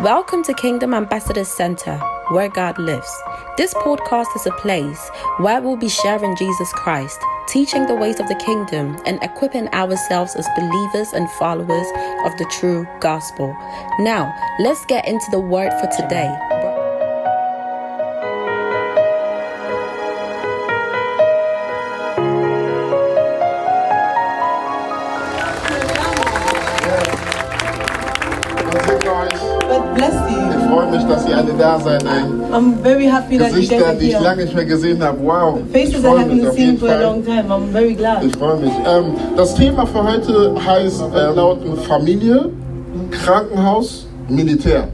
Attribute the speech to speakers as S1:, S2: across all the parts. S1: Welcome to Kingdom Ambassadors Center, where God lives. This podcast is a place where we'll be sharing Jesus Christ, teaching the ways of the kingdom, and equipping ourselves as believers and followers of the true gospel. Now, let's get into the word for today.
S2: Gott segne euch.
S3: God bless
S2: Ich freue mich, dass ihr alle da seid. Ein
S3: you. I'm very happy that you
S2: Gesichter,
S3: guys are
S2: die ich
S3: here.
S2: lange nicht mehr gesehen habe. Wow. Ich
S3: Faces I
S2: freue mich
S3: haven't
S2: auf
S3: seen
S2: jeden
S3: for a
S2: Fall.
S3: long time. I'm very glad.
S2: Ich freue mich. Ähm, das Thema für heute heißt äh, laut Familie, Krankenhaus, Militär.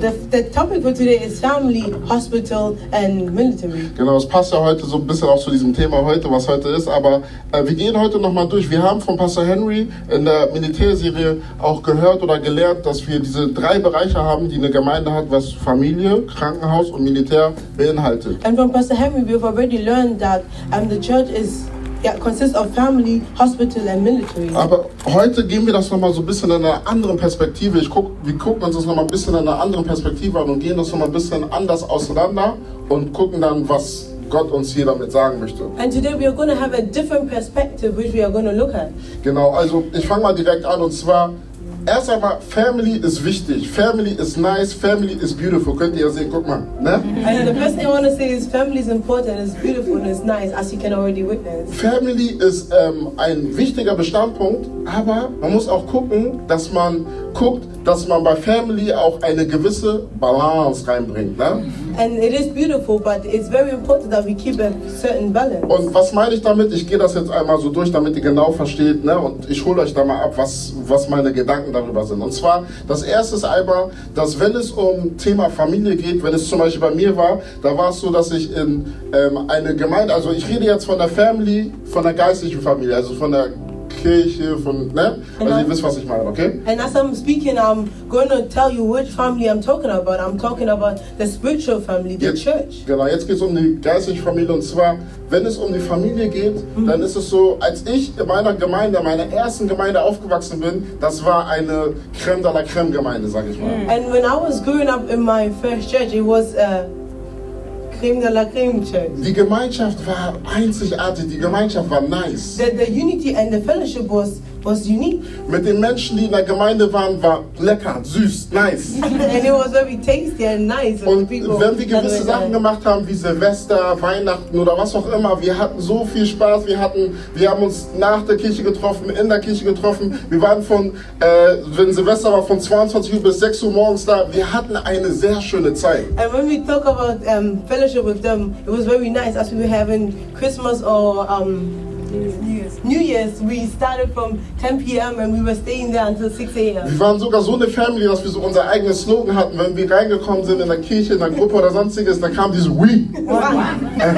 S3: The, the topic for today is family, hospital, and military.
S2: Genau, es passt ja heute so ein bisschen auch zu diesem Thema heute, was heute ist. Aber äh, wir gehen heute nochmal durch. Wir haben von Pastor Henry in der Militärserie auch gehört oder gelernt, dass wir diese drei Bereiche haben, die eine Gemeinde hat, was Familie, Krankenhaus und Militär beinhaltet.
S3: And from Pastor Henry, we've already learned that um, the church is yeah, consists of family, hospital, and military.
S2: Aber heute gehen wir das nochmal so ein bisschen in einer anderen Perspektive. Ich guck, wir gucken uns das nochmal ein bisschen in einer anderen Perspektive an und gehen das nochmal ein bisschen anders auseinander und gucken dann, was Gott uns hier damit sagen möchte.
S3: And today we are going to have a different perspective which we are going to look at.
S2: Genau, also ich fange mal direkt an und zwar. Erst einmal, Family ist wichtig. Family ist nice, Family ist beautiful. Könnt ihr ja sehen, guck mal. Ne?
S3: And the first thing I want to say is family is important, it's beautiful, and it's nice, as you can already witness.
S2: Family ist ähm, ein wichtiger Bestandpunkt, aber man muss auch gucken, dass man guckt, dass man bei Family auch eine gewisse Balance reinbringt. Ne?
S3: And it is beautiful, but it's very important that we keep a certain balance.
S2: Und was meine ich damit? Ich gehe das jetzt einmal so durch, damit ihr genau versteht, ne? Und ich hole euch da mal ab, was, was meine Gedanken darüber sind. Und zwar, das erste ist einmal, dass wenn es um Thema Familie geht, wenn es zum Beispiel bei mir war, da war es so, dass ich in ähm, eine Gemeinde, also ich rede jetzt von der Family, von der geistlichen Familie, also von der Kirche, von, ne? Also ihr
S3: Genau.
S2: wisst, was ich meine, okay?
S3: And as I'm speaking, I'm going to tell you which family I'm talking about. I'm talking about the spiritual family, the church.
S2: Genau, jetzt geht es um die geistliche Familie und zwar, wenn es um die Familie geht, dann ist es so, als ich in meiner Gemeinde, meiner ersten Gemeinde aufgewachsen bin, das war eine Creme de la Creme Gemeinde, sag ich mal.
S3: And when I was growing up in my first church, it was uh, Cream de la Cream Church.
S2: Die Gemeinschaft war einzigartig, die Gemeinschaft war nice.
S3: The, the unity and the fellowship was, was unique.
S2: Mit den Menschen, die in der Gemeinde waren, war lecker, süß, nice.
S3: and it was very tasty and nice. And
S2: Und
S3: people
S2: wenn wir
S3: that
S2: gewisse
S3: were
S2: Sachen
S3: there.
S2: gemacht haben, wie Silvester, Weihnachten oder was auch immer, wir hatten so viel Spaß, wir hatten, wir haben uns nach der Kirche getroffen, in der Kirche getroffen, wir waren von, äh, wenn Silvester war, von 22 Uhr bis 6 Uhr morgens da, wir hatten eine sehr schöne Zeit.
S3: And when we talk about um, fellowship with them, it was very nice as we were having Christmas or um, New Year's. We started from 10 p.m. and we were staying there until 6 a.m.
S2: Wir waren sogar so eine Family, dass wir so unser eigenes Slogan hatten, wenn wir reingekommen sind in der Kirche, in der Gruppe oder sonstiges, dann kam dieses We.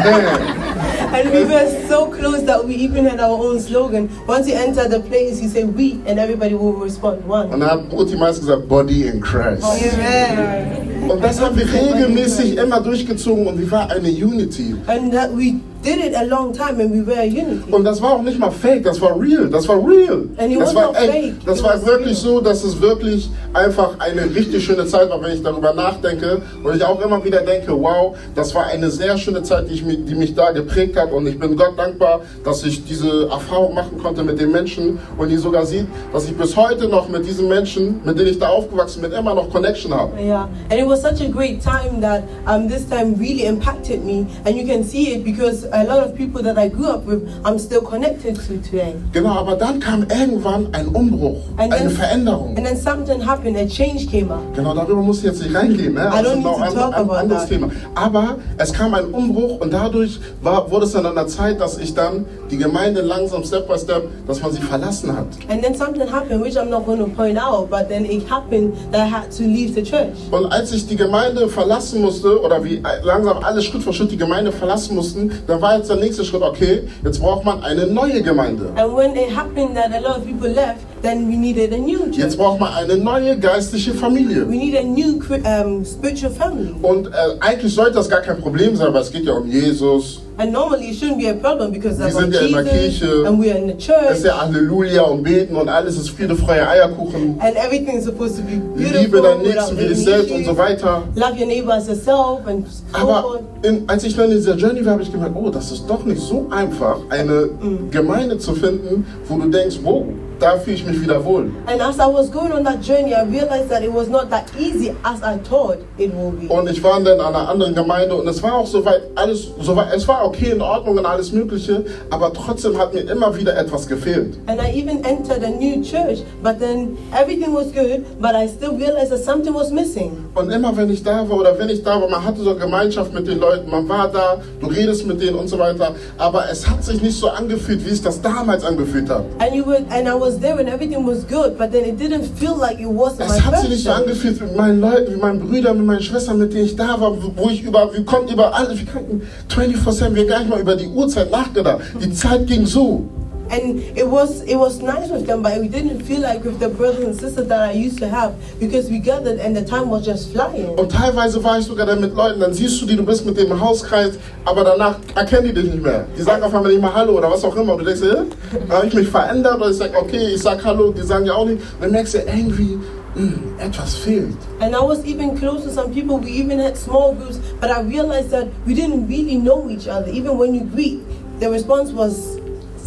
S3: And we were so close that we even had our own slogan. Once you enter the place, you say we, and everybody will respond one.
S2: Und dann hat Mutti meist gesagt, Body in Christ.
S3: Amen.
S2: Und das haben wir regelmäßig immer durchgezogen und wir waren eine Unity.
S3: And that we did it a long time, and we were a unity.
S2: Und das war auch nicht mal fake, das war real, das war real.
S3: And it
S2: das
S3: was
S2: war
S3: not
S2: echt,
S3: fake,
S2: das
S3: it
S2: war
S3: was
S2: wirklich
S3: real.
S2: so, dass es wirklich einfach eine richtig schöne Zeit war, wenn ich darüber nachdenke. Und ich auch immer wieder denke, wow, das war eine sehr schöne Zeit, die, ich, mi- die mich da geprägt hat. Und ich bin Gott dankbar, dass ich diese Erfahrung machen konnte mit den Menschen und ihr sogar sieht, dass ich bis heute noch mit diesen Menschen, mit denen ich da aufgewachsen bin, immer noch Connection habe.
S3: Yeah, and it was such a great time that um, this time really impacted me, and you can see it because a lot of people that I grew up with, I'm still connected to today.
S2: Genau, aber dann kam irgendwann ein Umbruch,
S3: And
S2: eine
S3: then-
S2: Veränderung.
S3: And then something happened, a change came up.
S2: Genau, darüber muss ich jetzt nicht reingehen. Ne?
S3: I don't
S2: ist
S3: need
S2: noch
S3: to talk
S2: ein
S3: about
S2: anderes
S3: that.
S2: Thema. Aber es kam ein Umbruch und dadurch war, wurde es dann an der Zeit, dass ich dann die Gemeinde langsam, Step by Step, dass man sie verlassen hat.
S3: And then something happened, which I'm not going to point out, but then it happened that I had to leave the church.
S2: Und als ich die Gemeinde verlassen musste, oder wie langsam alle Schritt für Schritt die Gemeinde verlassen mussten, dann war jetzt der nächste Schritt, okay, jetzt braucht man eine neue Gemeinde.
S3: And when it happened that a lot of people left, then we needed a new church.
S2: Jetzt braucht man eine neue geistliche Familie.
S3: We need a new cri- um, spiritual family.
S2: Und äh, eigentlich sollte das gar kein Problem sein, weil es geht ja um Jesus,
S3: And normally it shouldn't be a problem because
S2: Wir
S3: that's about
S2: sind ja in der
S3: Jesus
S2: Kirche.
S3: and we are in the
S2: Es
S3: church
S2: ist ja Halleluja und Beten und alles ist Friede, Freude, Eierkuchen,
S3: and everything is supposed to be
S2: Liebe
S3: beautiful
S2: deinen
S3: without
S2: Nächsten wie
S3: any
S2: dich selbst und so
S3: issues.
S2: weiter.
S3: Love your neighbor as yourself and so
S2: Aber
S3: forth.
S2: in, als ich dann in dieser Journey war, habe ich gemerkt, oh, das ist doch nicht so einfach, eine Gemeinde zu finden, wo du denkst, wow, da fühle ich mich wieder wohl.
S3: And as I was going on that journey, I realized that it was not that easy as I thought it would be.
S2: Und ich war dann an einer anderen Gemeinde und es war auch soweit alles, soweit, es war okay, in Ordnung und alles Mögliche, aber trotzdem hat mir immer wieder etwas gefehlt.
S3: And I even entered a new church, but then everything was good, but I still realized that something was missing.
S2: Und immer wenn ich da war oder wenn ich da war, man hatte so Gemeinschaft mit den Leuten, man war da, du redest mit denen und so weiter, aber es hat sich nicht so angefühlt, wie ich das damals angefühlt habe.
S3: And you were, and I was there and everything was good, but then it didn't feel like it was my
S2: Es hat sich nicht so
S3: first
S2: angefühlt mit meinen Leuten, mit meinen Brüdern, mit meinen Schwestern, mit denen ich da war, wo- wo ich über, wir konnten über alles, wir konnten 24-7, wir haben gar nicht mal über die Uhrzeit nachgedacht. Die Zeit ging so.
S3: And it was it was nice with them, but it didn't feel like with the brothers and sisters that I used to have because we gathered and the time was just flying.
S2: Und teilweise war ich sogar dann mit Leuten, dann siehst du die, du bist mit dem im Hauskreis, aber danach erkennen die dich nicht mehr. Die sagen auf einmal nicht mal Hallo oder was auch immer. Und du denkst, äh, habe ich mich verändert? Oder ich sag, okay, ich sag Hallo, die sagen ja auch nicht. Und dann merkst du irgendwie, mh, etwas fehlt.
S3: And I was even close to some people. We even had small groups, but I realized that we didn't really know each other. Even when you greet, the response was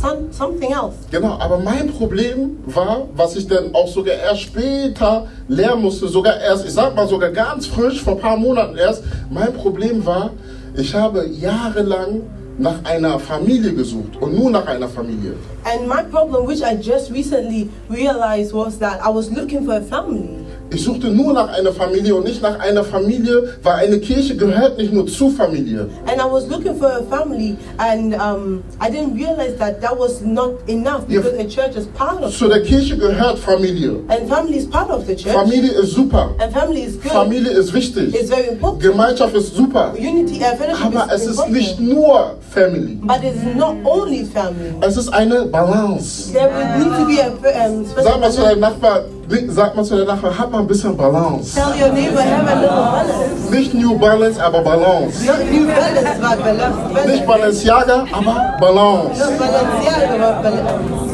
S3: some, something else.
S2: Genau, aber mein Problem war, was ich dann auch sogar erst später lernen musste, sogar erst, ich sag mal sogar ganz frisch, vor ein paar Monaten erst, mein Problem war, ich habe jahrelang nach einer Familie gesucht und nur nach einer Familie.
S3: And my problem, which I just recently realized, was that I was looking for a family.
S2: Ich suchte nur nach einer Familie und nicht nach einer Familie, weil eine Kirche gehört nicht nur zu Familie.
S3: And I was looking for a family, and um, I didn't realize that that was not enough
S2: Yeah.
S3: because the church is part of
S2: Zu der Kirche gehört Familie.
S3: And family is part of the church.
S2: Familie ist super.
S3: And family is good.
S2: Familie ist
S3: It's
S2: wichtig.
S3: very important.
S2: Gemeinschaft ist super.
S3: Unity and fellowship
S2: Aber es
S3: is
S2: ist
S3: important.
S2: nicht nur Family.
S3: But it's not only family.
S2: Es ist eine Balance.
S3: There would need to be a um,
S2: Sag mal zu
S3: special.
S2: deinem Nachbar, sag mal zu deinem Nachbar, hab mal ein bisschen Balance.
S3: Tell your neighbor have a little balance.
S2: Nicht New Balance, aber Balance.
S3: Not new balance, but balance.
S2: Nicht
S3: balance.
S2: Balenciaga, aber Balance.
S3: Not balance, yeah, but balance.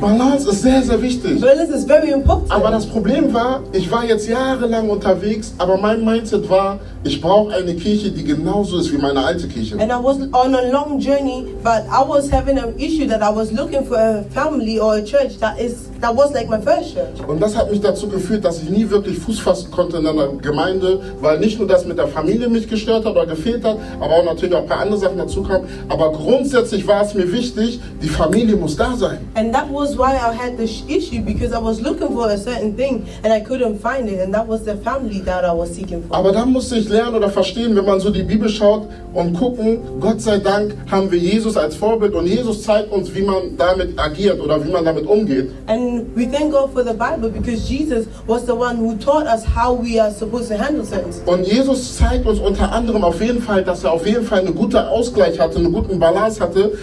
S2: Balance ist sehr, sehr wichtig.
S3: Balance is very important.
S2: Aber das Problem war, ich war jetzt jahrelang unterwegs, aber mein Mindset war, ich brauche eine Kirche, die genauso ist wie meine alte Kirche.
S3: And I was on a long journey, but I was having an issue that I was looking for a family or a church that is that was like my first church.
S2: Und das hat mich dazu geführt, dass ich nie wirklich Fuß fassen konnte in einer Gemeinde, weil nicht nur das mit der Familie mich gestört hat oder gefehlt hat, aber auch natürlich auch ein paar andere Sachen dazu kamen. Aber grundsätzlich war es mir wichtig, die Familie muss da sein.
S3: And that was why I had this issue because I was looking for a certain thing and I couldn't find it, and that was the family that I was seeking for.
S2: Aber dann musste ich lernen oder verstehen, wenn man so die Bibel schaut und gucken, Gott sei Dank haben wir Jesus als Vorbild und Jesus zeigt uns, wie man damit agiert oder wie man damit umgeht.
S3: And we thank God for the Bible because Jesus was the one who taught us how we are supposed to handle certain stuff.
S2: Und Jesus zeigt uns unter anderem auf jeden Fall, dass er auf jeden Fall einen guten Ausgleich hatte, einen guten Balance hatte.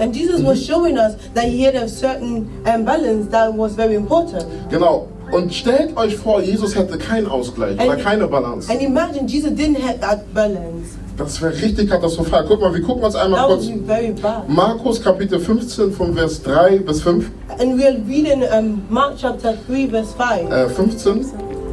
S3: And Jesus was showing us that he had a certain um, balance that was very important.
S2: Genau. Und stellt euch vor, Jesus hätte keinen Ausgleich oder
S3: Ein-
S2: keine Balance.
S3: And imagine Jesus didn't have that balance.
S2: Das wäre richtig katastrophal. Guck mal, wir gucken uns einmal
S3: That would
S2: kurz
S3: be very bad.
S2: Markus Kapitel 15 von Vers 3 bis 5,
S3: And we are reading um, Mark chapter 3, verse 5.
S2: äh, 15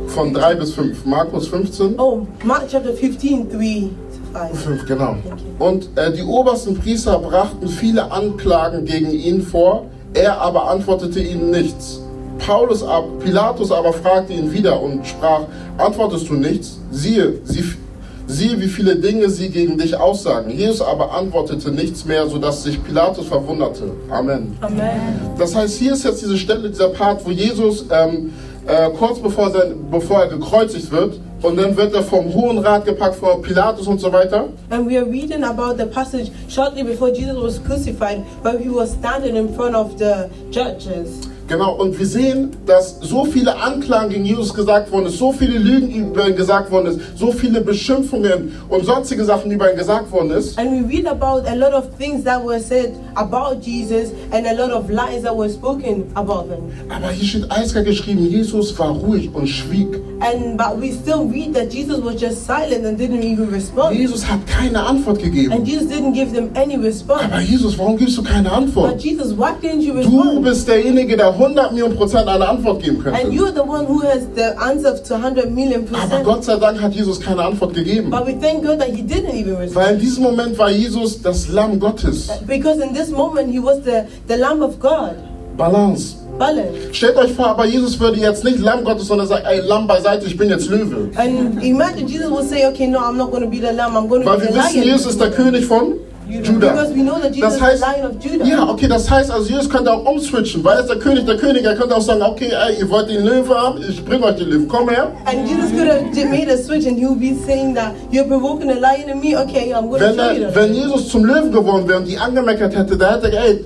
S2: von 3 bis 5. Markus 15.
S3: Oh, Mark chapter 15, 3 to 5.
S2: 5, genau. Und äh, die obersten Priester brachten viele Anklagen gegen ihn vor, er aber antwortete ihnen nichts. Paulus ab, Pilatus aber fragte ihn wieder und sprach: Antwortest du nichts? Siehe, sie, siehe, wie viele Dinge sie gegen dich aussagen. Jesus aber antwortete nichts mehr, sodass sich Pilatus verwunderte. Amen.
S3: Amen.
S2: Das heißt, hier ist jetzt diese Stelle, dieser Part, wo Jesus ähm, äh, kurz bevor, sein, bevor er gekreuzigt wird und dann wird er vom Hohen Rat gepackt, vor Pilatus und so weiter.
S3: And we are reading about the passage shortly before Jesus was crucified, where he was standing in front of the judges.
S2: Genau, und wir sehen, dass so viele Anklagen gegen Jesus gesagt worden ist, so viele Lügen über ihn gesagt worden ist, so viele Beschimpfungen und sonstige Sachen über ihn gesagt worden ist.
S3: And we read about a lot of things that were said about Jesus and a lot of lies that were spoken about him.
S2: Aber hier steht eiskalt geschrieben, Jesus war ruhig und schwieg.
S3: And but we still read that Jesus was just silent and didn't even respond.
S2: Jesus hat keine Antwort
S3: And
S2: gegeben.
S3: Jesus didn't give them any
S2: Aber
S3: response.
S2: Jesus, warum gibst du keine
S3: But
S2: Antwort?
S3: Jesus, why didn't you
S2: Du
S3: respond?
S2: bist derjenige, der 100 Millionen Prozent eine Antwort geben
S3: And
S2: könnte.
S3: you're the one who has the answer to 100 million
S2: Aber
S3: percent.
S2: Gott sei Dank hat Jesus keine Antwort gegeben.
S3: But we thank God that he didn't even respond.
S2: Weil in diesem Moment war Jesus das Lamm Gottes.
S3: Because in this moment, he was the, the Lamb of God.
S2: Balance.
S3: Balance.
S2: Stellt euch vor, aber Jesus würde jetzt nicht Lamm Gottes, sondern sagt, ey, Lamm beiseite, ich bin jetzt Löwe.
S3: And imagine Jesus will say, okay, no, I'm not going to be the lamb, I'm going to
S2: Weil
S3: be
S2: wir
S3: the
S2: wissen,
S3: lion.
S2: Jesus ist der König von Judah.
S3: Because we know that Jesus
S2: Das heißt,
S3: is the lion of Judah.
S2: ja, okay, das heißt, also Jesus könnte auch umswitchen, weil er ist der König der Könige. Er könnte auch sagen, okay, ey, ihr wollt den Löwe haben, ich bring euch den Löwen, komm her.
S3: And Jesus could have j- made a switch and he would be saying that you're provoking a lion in me, okay, I'm going to
S2: Wenn,
S3: show you
S2: er,
S3: that.
S2: wenn Jesus zum Löwen geworden wäre und die angemeckert hätte, dann hätte er gesagt, ey,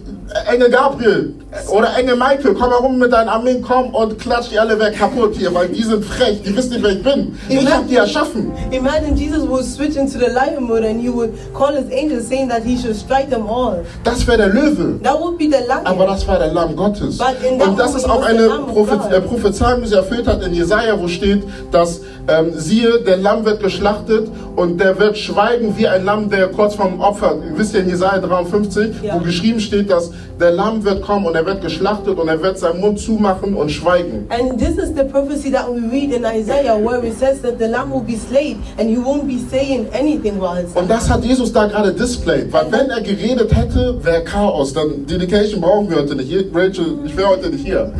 S2: Engel Gabriel oder Engel Michael, komm herum mit deinen Armeen, komm und klatsch die alle weg kaputt hier, weil die sind frech, die wissen nicht, wer ich bin. Ich hab die erschaffen.
S3: Imagine Jesus would switch into the lion mode and he would call his angels saying that he should strike them all.
S2: Das wäre der Löwe.
S3: That would be the lion.
S2: Aber das war der Lamm Gottes.
S3: But in that
S2: Und das ist
S3: moment
S2: auch
S3: was the
S2: eine
S3: Lamb of
S2: Prophe
S3: God.
S2: äh, Prophezeiung, die sie erfüllt hat in Jesaja, wo steht, dass ähm, siehe, der Lamm wird geschlachtet und der wird schweigen wie ein Lamm, der kurz vorm Opfer, wisst ihr in Jesaja 53,
S3: Ja.
S2: wo geschrieben steht, dass der Lamm wird kommen und er wird geschlachtet und er wird seinen Mund zumachen und schweigen.
S3: And this is the prophecy that we read in Isaiah where it says that the lamb will be slain and he won't be saying anything while it's
S2: Und das hat Jesus da gerade displayed, weil wenn er geredet hätte, wäre Chaos. Dann Dedication brauchen wir heute nicht. Hier, Rachel, ich wäre heute nicht hier.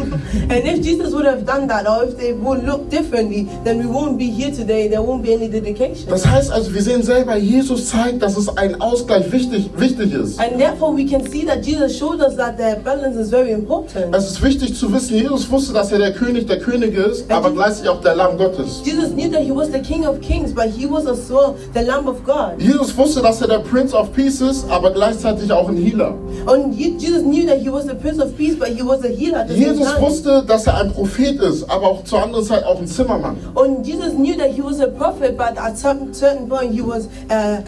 S3: And if Jesus would have done that, or if they would look differently, then we won't be here today. There won't be any dedication.
S2: Das heißt also, wir sehen selber, Jesus zeigt, dass es ein Ausgleich wichtig, wichtig ist.
S3: And therefore, we can see that Jesus showed us that the balance is very important.
S2: Es ist wichtig zu wissen, Jesus wusste, dass er der König der Könige ist, aber gleichzeitig auch der Lamm Gottes.
S3: Jesus knew that he was the King of Kings, but he was as well the Lamb of God.
S2: Jesus wusste, dass er der Prince of Peace ist, aber gleichzeitig auch ein Healer.
S3: And he- Jesus knew that he was the Prince of Peace, but he was a healer at the same
S2: Jesus
S3: time.
S2: wusste, dass er ein Prophet ist, aber auch zur anderen Zeit auch ein Zimmermann.
S3: And Jesus knew that he was a prophet, but at some certain point he was a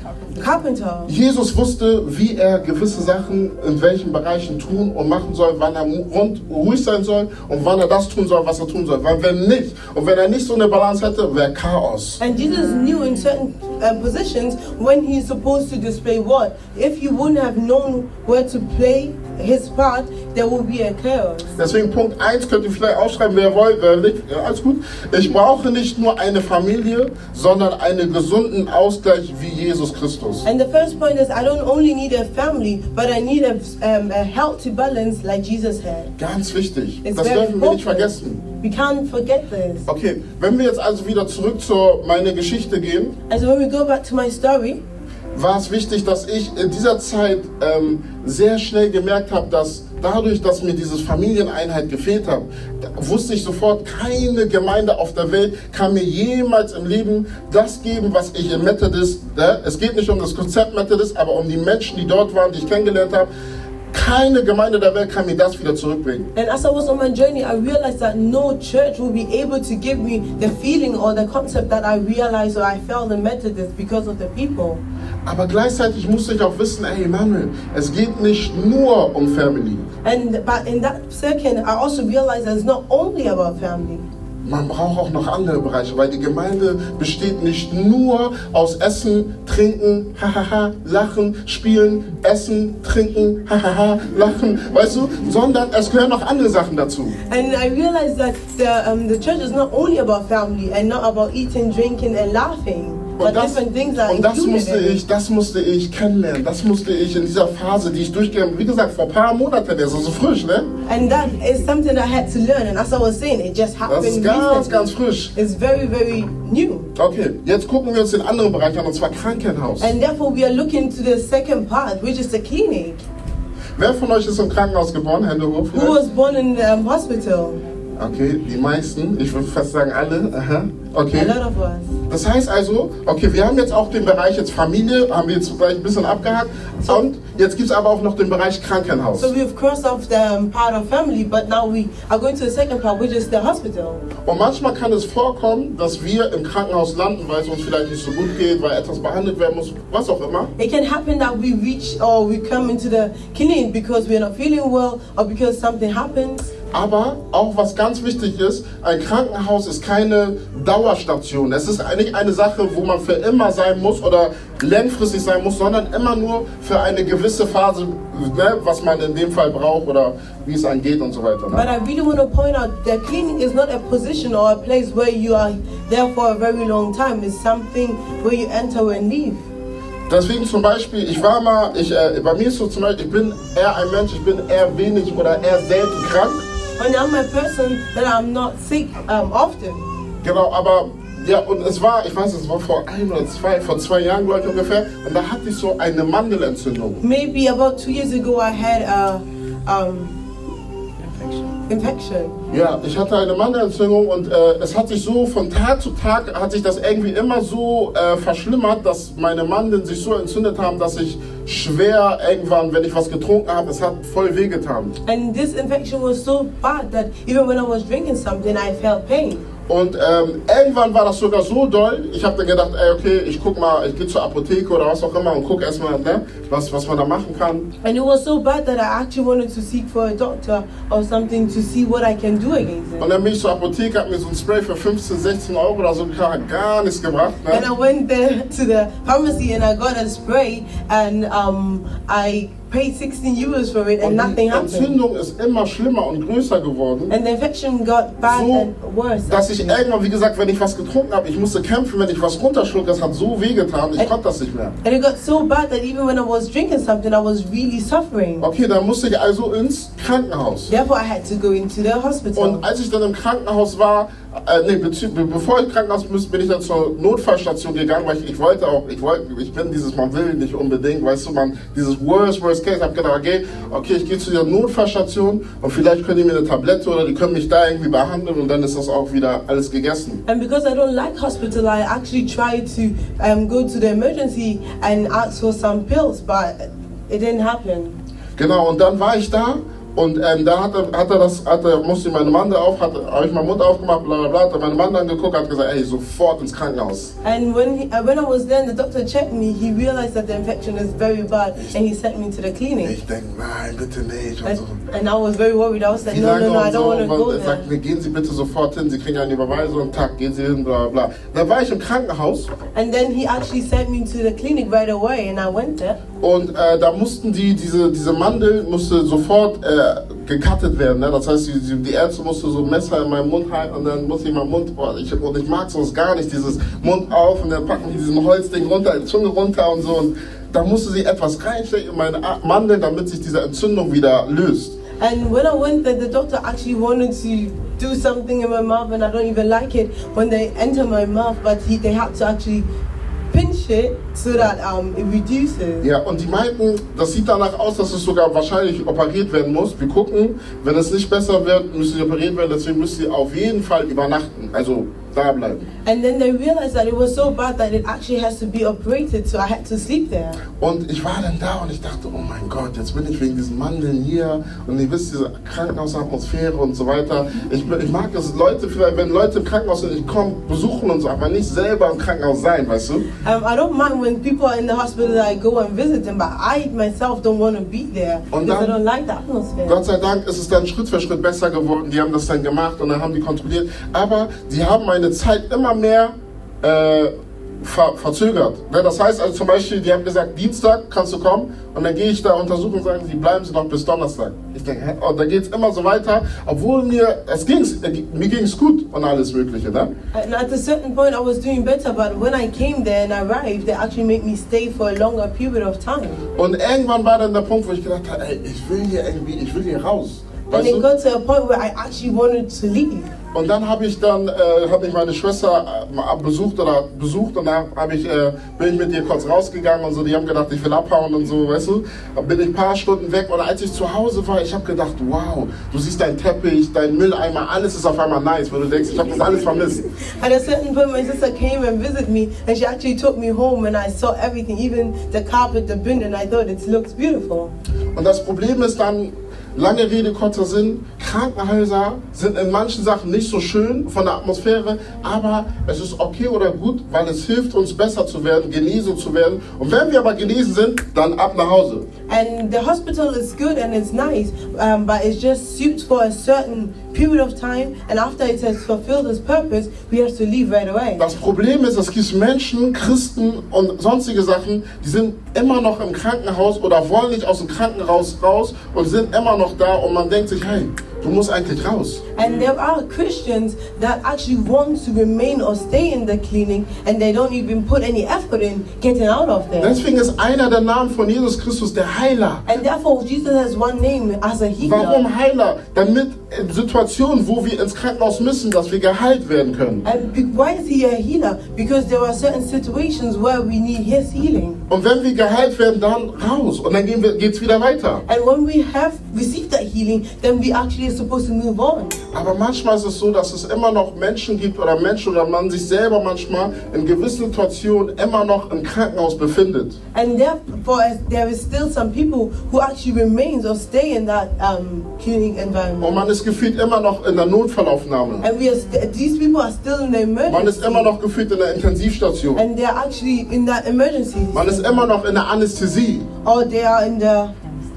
S3: carpenter.
S2: Jesus wusste, wie er gewisse Sachen in welchen Bereichen tun und machen soll, wann er mu- rund, ruhig sein soll und wann er das tun soll, was er tun soll. Weil wenn nicht, und wenn er nicht so eine Balance hätte, wäre Chaos.
S3: And Jesus knew in certain uh, positions when he's supposed to display what. If he wouldn't have known where to play his part, there would be a chaos.
S2: Deswegen Punkt 1 könnt ihr vielleicht aufschreiben, wer wollt, wer nicht, ja, alles gut. Ich brauche nicht nur eine Familie, sondern einen gesunden Ausgleich wie Jesus Christus.
S3: And the first point is I don't only need a family, but I need a, um, a healthy balance like Jesus had.
S2: Ganz wichtig.
S3: It's
S2: Das
S3: very
S2: dürfen wir nicht
S3: important.
S2: vergessen.
S3: We can't forget this.
S2: Okay, wenn wir jetzt also wieder zurück zu meiner Geschichte gehen,
S3: And so when we go back to my story,
S2: war es wichtig, dass ich in dieser Zeit ähm, sehr schnell gemerkt habe, dass dadurch, dass mir diese Familieneinheit gefehlt hat, da wusste ich sofort, keine Gemeinde auf der Welt kann mir jemals im Leben das geben, was ich in Methodist, ne? es geht nicht um das Konzept Methodist, aber um die Menschen, die dort waren, die ich kennengelernt habe, keine Gemeinde der Welt kann mir das wieder zurückbringen.
S3: and as I was on my journey, I realized that no church will be able to give me the feeling or the concept that I realized or I felt in Methodist because of the people.
S2: Aber gleichzeitig musste ich auch wissen, ey Manuel, es geht nicht nur um Family.
S3: And but in that second, I also realized that it's not only about family.
S2: Man braucht auch noch andere Bereiche, weil die Gemeinde besteht nicht nur aus Essen, Trinken, hahaha, Lachen, Spielen, Essen, Trinken, hahaha, Lachen, weißt du, sondern es gehören noch andere Sachen dazu.
S3: And I realized that the um, the church is not only about family and not about eating, drinking, and laughing, but
S2: Und das,
S3: different things are
S2: und das
S3: included.
S2: musste
S3: in it.
S2: ich, das musste ich kennenlernen, das musste ich in dieser Phase, die ich durchgegangen bin, wie gesagt, vor ein paar Monaten, der ist also frisch, ne?
S3: And that is something I had to learn. And as I was saying, it just happened.
S2: Das ist ganz,
S3: recently.
S2: ganz frisch.
S3: It's very, very new.
S2: Okay, jetzt gucken wir uns den anderen Bereich an, und zwar Krankenhaus.
S3: And therefore, we are looking to the second part, which is the clinic.
S2: Wer von euch ist im Krankenhaus geboren? Hände hoch.
S3: Who was born in um, hospital?
S2: Okay, die meisten, ich würde fast sagen alle. Aha. Okay.
S3: A lot of us.
S2: Das heißt also, okay, wir haben jetzt auch den Bereich jetzt Familie, haben wir jetzt gleich ein bisschen abgehakt. Und jetzt gibt es aber auch noch den Bereich Krankenhaus.
S3: So we've crossed off the um, part of family, but now we are going to the second part, which is the hospital.
S2: Und manchmal kann es vorkommen, dass wir im Krankenhaus landen, weil es uns vielleicht nicht so gut geht, weil etwas behandelt werden muss, was auch immer.
S3: It can happen that we reach or we come into the clinic because we're not feeling well or because something happens.
S2: Aber auch was ganz wichtig ist, ein Krankenhaus ist keine Dauerstation. Es ist nicht eine Sache, wo man für immer sein muss oder langfristig sein muss, sondern immer nur für eine gewisse Phase, ne, was man in dem Fall braucht oder wie es angeht und so weiter. Ne?
S3: But I really want to point out that clinic is not a position or a place where you are there for a very long time. It's something where you enter and leave.
S2: Deswegen zum Beispiel, ich war mal, ich, äh, bei mir ist so zum Beispiel, ich bin eher ein Mensch, ich bin eher wenig oder eher selten krank.
S3: And I'm a person that I'm not sick um, often.
S2: Genau, aber ja, und es war, ich weiß, es war vor ein oder zwei, vor zwei Jahren, glaube ich ungefähr, und da hatte ich so eine Mandelentzündung.
S3: Maybe about two years ago, I had a um, infection.
S2: Ja, ich hatte eine Mandelentzündung und äh, es hat sich so von Tag zu Tag hat sich das irgendwie immer so äh, verschlimmert, dass meine Mandeln sich so entzündet haben, dass ich schwer irgendwann, wenn ich was getrunken habe, es hat voll wehgetan.
S3: And this infection was so bad that even when I was drinking something, I felt pain.
S2: Und ähm, irgendwann war das sogar so doll, ich habe dann gedacht, ey, okay, ich guck mal, ich gehe zur Apotheke oder was auch immer und guck erstmal, ne, was, was man da machen kann.
S3: And it was so bad that I actually wanted to seek for a doctor or something to see what I can do against it.
S2: Und dann bin ich zur Apotheke, hab mir so ein Spray für 15, 16 Euro oder so gekauft, hat gar nichts gebracht.
S3: And I
S2: Ne?
S3: went there to the pharmacy and I got a spray and um, I paid 16 euros for it
S2: Und
S3: and
S2: die
S3: nothing happened.
S2: Entzündung ist immer schlimmer und größer geworden,
S3: And the infection got bad
S2: So,
S3: and worse.
S2: dass ich irgendwann, wie gesagt, wenn ich was getrunken habe, ich musste kämpfen, wenn ich was runterschluck, das hat so wehgetan, ich konnte das nicht mehr.
S3: And it got so bad that even when I was drinking something, I was really suffering.
S2: Okay, dann musste ich also ins Krankenhaus.
S3: Therefore, I had to go into the hospital.
S2: Und als ich dann im Krankenhaus war, äh, nee, bezü- be- bevor ich Krankenhaus muss, bin ich dann zur Notfallstation gegangen, weil ich, ich wollte auch, ich wollte, ich bin dieses, man will nicht unbedingt, weißt du, man, dieses worst, worst case, hab gedacht, okay, okay, ich gehe zu der Notfallstation und vielleicht können die mir eine Tablette oder die können mich da irgendwie behandeln und dann ist das auch wieder alles gegessen.
S3: And because I don't like hospital, I actually tried to um, go to the emergency and ask for some pills, but it didn't happen.
S2: Genau, und dann war ich da und ähm, da hat er, hat er das, hat er, musste meine Mandel auf, hat, habe ich meinen Mund aufgemacht, bla bla bla, hat er meine Mandel angeguckt, hat gesagt, ey, sofort ins Krankenhaus.
S3: And when he, uh, when I was there, and the doctor checked me. He realized that the infection is very bad, and he sent me to the clinic.
S2: Ich denke, nein, bitte nicht und
S3: And,
S2: so.
S3: and I was very worried. I was like,
S2: Die
S3: Äh, no,
S2: sagen
S3: no, no, I
S2: auch
S3: don't
S2: so,
S3: want to go
S2: weil er sagt
S3: there.
S2: mir, gehen Sie bitte sofort hin, Sie kriegen eine Überweisung, Tag, gehen Sie hin, bla bla. bla. Dann war ich im Krankenhaus
S3: And then he actually sent me to the clinic right away, and I went there.
S2: und äh, da mussten die, diese, diese Mandel musste sofort äh, gekattet werden. Ne? Das heißt, die, die, die Ärzte musste so ein Messer in meinen Mund halten und dann musste ich meinen Mund, boah, ich, und ich mag sowas gar nicht, dieses Mund auf und dann packen die diesen Holzding runter, die Zunge runter und so. Und da musste sie etwas reinstecken in meine A- Mandel, damit sich diese Entzündung wieder löst.
S3: And when I went there, the doctor actually wanted to do something in my mouth, and I don't even like it when they enter my mouth. But he, they had to actually pinch it so that um, it reduces.
S2: Ja, und die meinten, das sieht danach aus, dass es sogar wahrscheinlich operiert werden muss. Wir gucken, wenn es nicht besser wird, müssen sie operiert werden. Deswegen müssen sie auf jeden Fall übernachten, also da bleiben.
S3: And then they realized that it was so bad that it actually has to be operated, so I had to sleep there.
S2: Und ich war dann da und ich dachte, oh mein Gott, jetzt bin ich wegen diesen Mandeln hier und ihr wisst, diese Krankenhausatmosphäre und so weiter. Ich, bin- ich mag es, Leute, vielleicht, wenn Leute im Krankenhaus sind, ich komme besuchen und so, aber nicht selber im Krankenhaus sein, weißt du?
S3: Um, I don't mind when people are in the hospital that I go and visit them, but I myself don't want to be there
S2: On
S3: because I
S2: that-
S3: don't like the atmosphere.
S2: Gott sei Dank ist es dann Schritt für Schritt besser geworden. Die haben das dann gemacht und dann haben die kontrolliert. Aber die haben meine Zeit immer mehr äh, ver verzögert. Ne, Das heißt also zum Beispiel, die haben gesagt, Dienstag kannst du kommen und dann gehe ich da untersuchen und sagen, sie bleiben sie noch bis Donnerstag. Ich denke, hä? und dann geht es immer so weiter, obwohl mir es ging's, äh, mir ging es gut und alles Mögliche. Ne?
S3: And at a certain point, I was doing better, but when I came there and arrived, they actually made me stay for a longer period of time.
S2: Und irgendwann war dann der Punkt, wo ich gedacht habe, ey, ich will hier irgendwie, ich will hier raus.
S3: And
S2: Weißt
S3: it
S2: du?
S3: got to a point where I actually wanted to leave.
S2: Und dann habe ich dann äh, habe ich meine Schwester äh, mal besucht oder besucht und dann habe ich äh, bin ich mit ihr kurz rausgegangen und so. Die haben gedacht, ich will abhauen und so, weißt du. Dann bin ich ein paar Stunden weg und als ich zu Hause war, ich habe gedacht, wow, du siehst deinen Teppich, deinen Mülleimer, alles ist auf einmal nice, weil du denkst, ich habe das alles vermisst.
S3: At a certain point, my sister came and visited me, and she actually took me home, and I saw everything, even the carpet, the bin, and I thought it looks beautiful.
S2: Und das Problem ist dann, lange Rede, kurzer Sinn, Krankenhäuser sind in manchen Sachen nicht so schön von der Atmosphäre, aber es ist okay oder gut, weil es hilft uns besser zu werden, genesen zu werden. Und wenn wir aber genesen sind, dann ab nach Hause.
S3: And the hospital is good and it's nice, um, but it just suits for a certain period of time, and after it has fulfilled its purpose, we have to leave right away.
S2: Das Problem ist, es gibt Menschen, Christen und sonstige Sachen, die sind immer noch im Krankenhaus oder wollen nicht aus dem Krankenhaus raus und sind immer noch da und man denkt sich, hey, du musst eigentlich raus.
S3: And there are Christians that actually want to remain or stay in the clinic and they don't even put any effort in getting out of there.
S2: Deswegen ist einer der Namen von Jesus Christus der Heiler.
S3: And therefore, Jesus has one name as a healer.
S2: Warum Heiler? Damit in Situationen, wo wir ins Krankenhaus müssen, dass wir geheilt werden können.
S3: And be- why is he a healer? Because there are certain situations where we need his healing.
S2: Und wenn wir geheilt werden, dann raus. Und dann gehen wir, geht's wieder weiter.
S3: And when we have received that healing, then we actually are supposed to move on.
S2: Aber manchmal ist es so, dass es immer noch Menschen gibt oder Menschen oder man sich selber manchmal in gewissen Situationen immer noch im Krankenhaus befindet.
S3: And therefore, as there is still some people who actually remains or stay in that um, clinic
S2: Und
S3: environment.
S2: man ist gefühlt immer noch in der Notfallaufnahme.
S3: And we are st- these people are still in the
S2: Man ist
S3: emergency.
S2: immer noch gefühlt in der Intensivstation.
S3: and they're actually in that emergency
S2: Man ist immer noch in der Anästhesie.
S3: or they are in the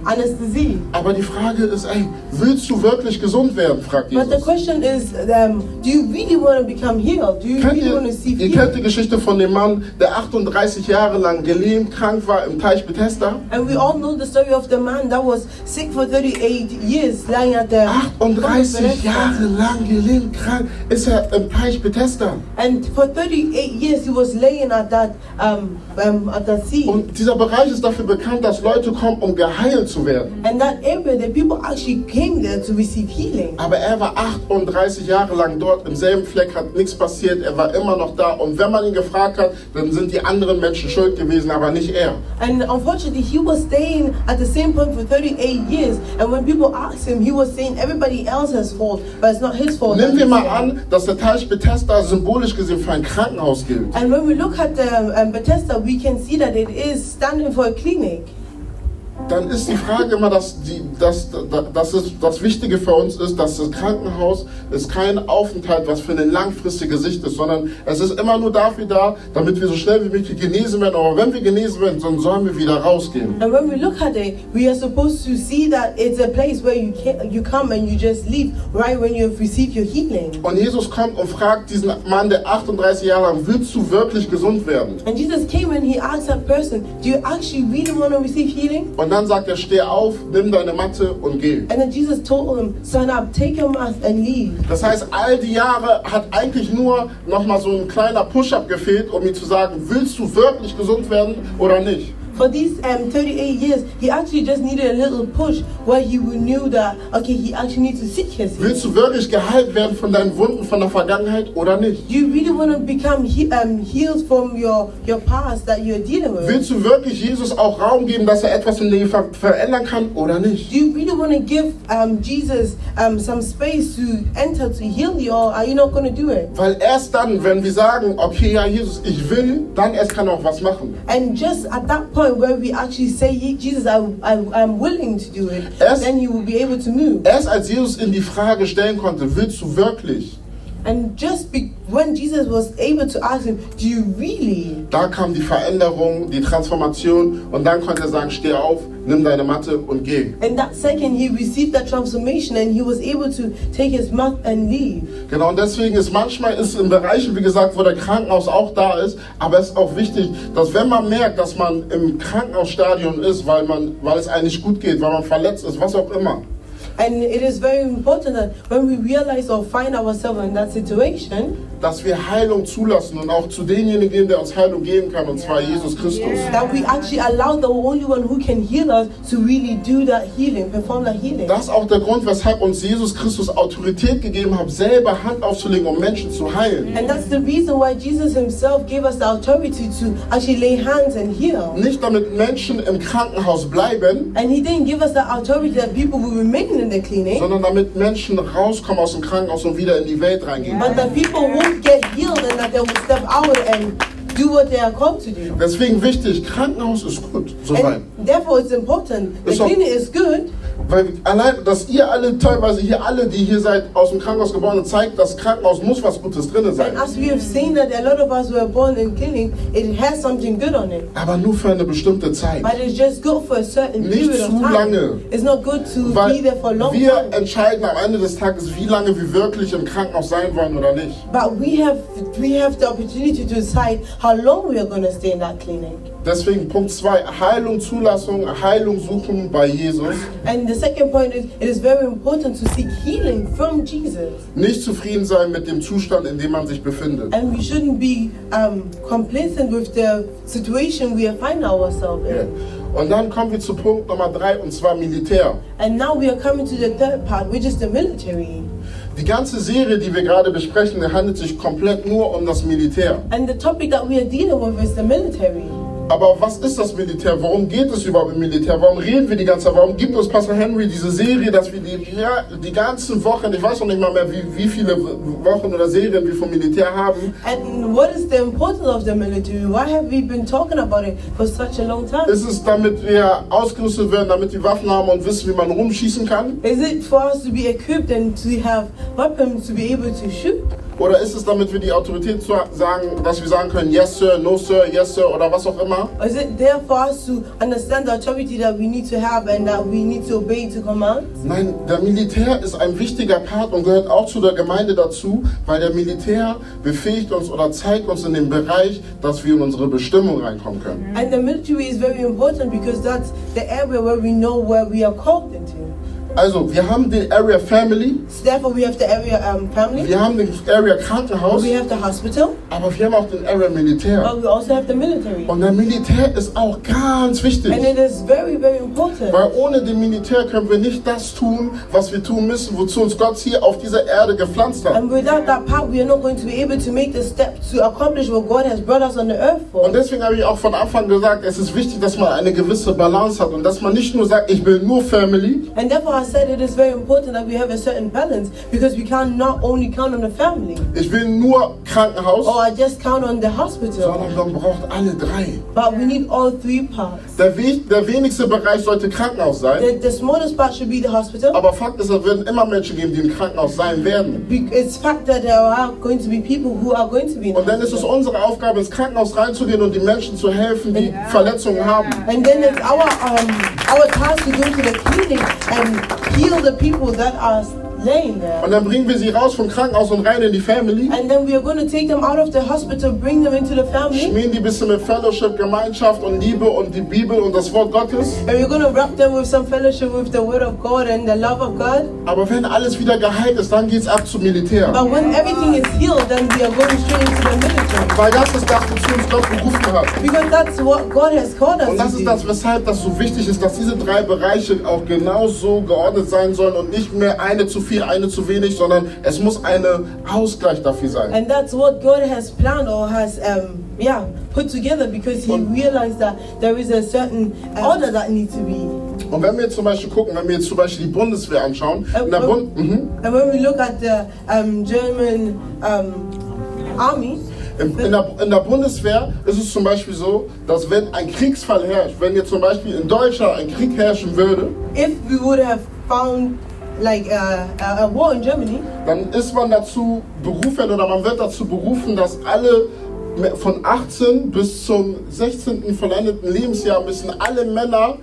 S3: anesthesia.
S2: Aber die Frage ist, ey, willst du wirklich gesund werden, fragt
S3: But the
S2: Jesus.
S3: question is, um, do you really want to become healed? Do you
S2: Kennt
S3: really want
S2: ihr,
S3: to see
S2: ihr kennt
S3: healed?
S2: die Geschichte von dem Mann, der 38 Jahre lang gelähmt, krank war im Teich Bethesda?
S3: And we all know the story of the man that was sick for 38 years, lying at Ah, the
S2: 38 Jahre lang gelähmt, krank ist er im Teich Bethesda.
S3: and for 38 years he was laying at that um, um at the sea.
S2: Und dieser Bereich ist dafür bekannt, dass Leute kommen, um geheilt zu werden.
S3: and that area, the people actually came there to receive healing.
S2: Aber er war 38 Jahre lang dort im selben Fleck, hat nichts passiert, er war immer noch da. Und wenn man ihn gefragt hat, dann sind die anderen Menschen schuld gewesen, aber nicht er.
S3: And unfortunately, he was staying at the same point for 38 years. And when people asked him, he was saying everybody else has fault, but it's not his fault.
S2: Nehmen wir mal
S3: That's it.
S2: an, dass der Teich Bethesda symbolisch gesehen für ein Krankenhaus gilt.
S3: And when we look at the um, Bethesda, we can see that it is standing for a clinic.
S2: Dann ist die Frage immer, dass, die, dass, dass es, das Wichtige für uns ist, dass das Krankenhaus ist kein Aufenthalt, was für eine langfristige Sicht ist, sondern es ist immer nur dafür da, damit wir so schnell wie möglich genesen werden. Aber wenn wir genesen werden, dann sollen wir wieder rausgehen.
S3: And when we look at it, we are supposed to see that it's a place where you can, you come and you just leave right when you have received your healing.
S2: Und Jesus kommt und fragt diesen Mann, der 38 Jahre lang, willst du wirklich gesund werden?
S3: And Jesus came and he asked that person, Do you actually really want to receive healing?
S2: Und dann sagt er, steh auf, nimm deine Matte und geh.
S3: And then Jesus told him, Stand up, take your mask, and leave.
S2: Das heißt, all die Jahre hat eigentlich nur nochmal so ein kleiner Push-up gefehlt, um ihm zu sagen, willst du wirklich gesund werden oder nicht?
S3: For these um, 38 years, he actually just needed a little push where he would knew that, okay, he actually needs to seek his healing.
S2: Willst du wirklich geheilt werden von deinen Wunden von der Vergangenheit oder nicht?
S3: Do you really want to become he- um, healed from your, your past that you're dealing with?
S2: Willst du wirklich Jesus auch Raum geben, dass er etwas im Leben ver verändern kann oder nicht?
S3: Do you really want to give um, Jesus um, some space to enter to heal you, or are you not going to do it?
S2: Weil erst dann, wenn wir sagen, okay, ja, Jesus, ich will, dann erst kann er auch was machen.
S3: And just at that point where we actually say, "Ye- Jesus, I, I, I'm willing to do it,
S2: Yes.
S3: then you will be able to move.
S2: Erst als Jesus in die Frage stellen konnte, willst du wirklich?
S3: And just be- when Jesus was able to ask him, Do you really?
S2: Da kam die Veränderung, die Transformation und dann konnte er sagen, steh auf, nimm deine Matte und geh.
S3: And that second, he received that transformation and he was able to take his mouth and leave.
S2: Genau, und deswegen ist manchmal ist in Bereichen, wie gesagt, wo der Krankenhaus auch da ist, aber es ist auch wichtig, dass wenn man merkt, dass man im Krankenhausstadion ist, weil, man, weil es einem nicht gut geht, weil man verletzt ist, was auch immer,
S3: And it is very important that when we realize or find ourselves in that situation,
S2: dass wir Heilung zulassen und auch zu denjenigen gehen, der uns Heilung geben kann, und zwar Jesus Christus.
S3: that we actually allow the only one who can heal us to really do that healing, perform that healing.
S2: Das ist auch der Grund, weshalb uns Jesus Christus Autorität gegeben hat, selber Hand aufzulegen, um Menschen zu heilen.
S3: and that's the reason why Jesus himself gave us the authority to actually lay hands and heal.
S2: Nicht damit Menschen im Krankenhaus bleiben,
S3: And he didn't give us the authority that people will remain in the clinic,
S2: sondern damit Menschen rauskommen aus dem Krankenhaus und wieder in die Welt reingehen.
S3: but that people won't get healed and that they will step out and do what they are called to do.
S2: Deswegen wichtig, Krankenhaus ist gut, soweit.
S3: And therefore, it's important. The
S2: It's not-
S3: clinic is good,
S2: Weil allein, dass ihr alle, teilweise hier alle, die hier seid, aus dem Krankenhaus geboren seid, zeigt, das Krankenhaus muss was Gutes drin sein.
S3: and as we have seen that a lot of us were born in clinic, it has something good on it.
S2: Aber nur für eine bestimmte Zeit.
S3: But it's just good for a certain
S2: Nicht
S3: period of
S2: zu
S3: time.
S2: lange.
S3: It's not good to be
S2: Weil
S3: there for a long
S2: wir
S3: time.
S2: entscheiden am Ende des Tages, wie lange wir wirklich im Krankenhaus sein wollen oder nicht.
S3: But we have we have the opportunity to decide how long we are going to stay in that clinic.
S2: Deswegen Punkt 2, Heilung, Zulassung, Heilung suchen bei Jesus.
S3: And the second point is it is very important to seek healing from Jesus,
S2: Nicht zufrieden sein mit dem Zustand, in dem man sich befindet.
S3: and we shouldn't be um, complacent with the situation we find ourselves
S2: Ja.
S3: in.
S2: Und dann kommen wir zu Punkt Nummer 3, und zwar Militär.
S3: And now we are coming to the third part, which is the military.
S2: Die ganze Serie, die wir gerade besprechen, handelt sich komplett nur um das Militär.
S3: And the topic that we are dealing with is the military.
S2: Aber was ist das Militär? Warum geht es überhaupt im Militär? Warum reden wir die ganze Zeit? Warum gibt uns Pastor Henry diese Serie, dass wir die, ja, die ganzen Wochen, ich weiß noch nicht mal mehr, wie, wie viele Wochen oder Serien wir vom Militär haben?
S3: And what is the importance of the military? Why have we been talking about it for such a long time?
S2: Ist es, damit wir ausgerüstet werden, damit wir Waffen haben und wissen, wie man rumschießen kann?
S3: Is it for us to be equipped and to have weapons to be able to shoot?
S2: Oder ist es, damit wir die Autorität zu sagen, dass wir sagen können, yes sir, no sir, yes sir oder was auch immer?
S3: Or is it there for us to understand the authority that we need to have and that we need to obey to commands?
S2: Nein, der Militär ist ein wichtiger Part und gehört auch zu der Gemeinde dazu, weil der Militär befähigt uns oder zeigt uns in dem Bereich, dass wir in unsere Bestimmung reinkommen können.
S3: And the military is very important because that's the area where we know where we are called into.
S2: Also, wir haben den Area Family,
S3: So therefore, we have the area um, family,
S2: wir haben den Area Krankenhaus,
S3: we have the hospital,
S2: aber wir haben auch den Area Militär.
S3: but we also have the military.
S2: Und der Militär ist auch ganz wichtig.
S3: And it is very, very important.
S2: Weil ohne den Militär können wir nicht das tun, was wir tun müssen, wozu uns Gott hier auf dieser Erde gepflanzt hat.
S3: And without that part, we are not going to be able to make the step to accomplish what God has brought us on the earth for.
S2: Und deswegen habe ich auch von Anfang gesagt, es ist wichtig, dass man eine gewisse Balance hat und dass man nicht nur sagt, ich will nur Family,
S3: And therefore, I said it is very important that we have a certain balance because we can not only count on the family
S2: ich will nur Krankenhaus,
S3: or just count on the hospital,
S2: sondern man braucht alle drei.
S3: but we need all three parts.
S2: Der, we der wenigste Bereich sollte Krankenhaus sein,
S3: The, the smallest part should be the hospital.
S2: aber Fakt ist, es werden immer Menschen geben, die im Krankenhaus sein werden.
S3: Be- It's fact that there are going to be people who are going to be in the
S2: Und dann ist es
S3: hospital.
S2: unsere Aufgabe, ins Krankenhaus reinzugehen und den Menschen zu helfen, die Verletzungen haben.
S3: And then it's our um, our task to go to the clinic and heal the people that are laying there.
S2: Und dann bringen wir sie raus vom Krankenhaus und rein in die Family,
S3: And then we are going to take them out of the hospital, bring them into the family,
S2: schmieren die ein bisschen mit Fellowship, Gemeinschaft und Liebe und die Bibel und das Wort Gottes.
S3: and we're going to wrap them with some fellowship with the Word of God and the love of God.
S2: Aber wenn alles wieder geheilt ist, dann geht's ab zum Militär.
S3: But when everything is healed, then we are going straight into the military.
S2: Weil das ist das, wozu uns Gott berufen hat.
S3: Because that's what God has called
S2: Und
S3: us
S2: das
S3: to
S2: ist
S3: do.
S2: das, weshalb das so wichtig ist, dass diese drei Bereiche auch genau so geordnet sein sollen und nicht mehr eine zu viel, eine zu wenig, sondern es muss ein Ausgleich dafür sein.
S3: And that's what God has planned or has, um, yeah, put together because He realized that there is a certain uh, order that needs to be.
S2: Und wenn wir jetzt zum Beispiel gucken, wenn wir jetzt zum Beispiel die Bundeswehr anschauen,
S3: Äh,
S2: in der Bund mhm.
S3: uh, And when we look at the um, German um, army,
S2: In, in, der, in der Bundeswehr ist es zum Beispiel so, dass wenn ein Kriegsfall herrscht, wenn jetzt zum Beispiel in Deutschland ein Krieg herrschen würde,
S3: if we would have found like a, a, a war in Germany,
S2: dann ist man dazu berufen oder man wird dazu berufen, dass alle me- von 18 bis zum 16. vollendeten Lebensjahr müssen alle Männer,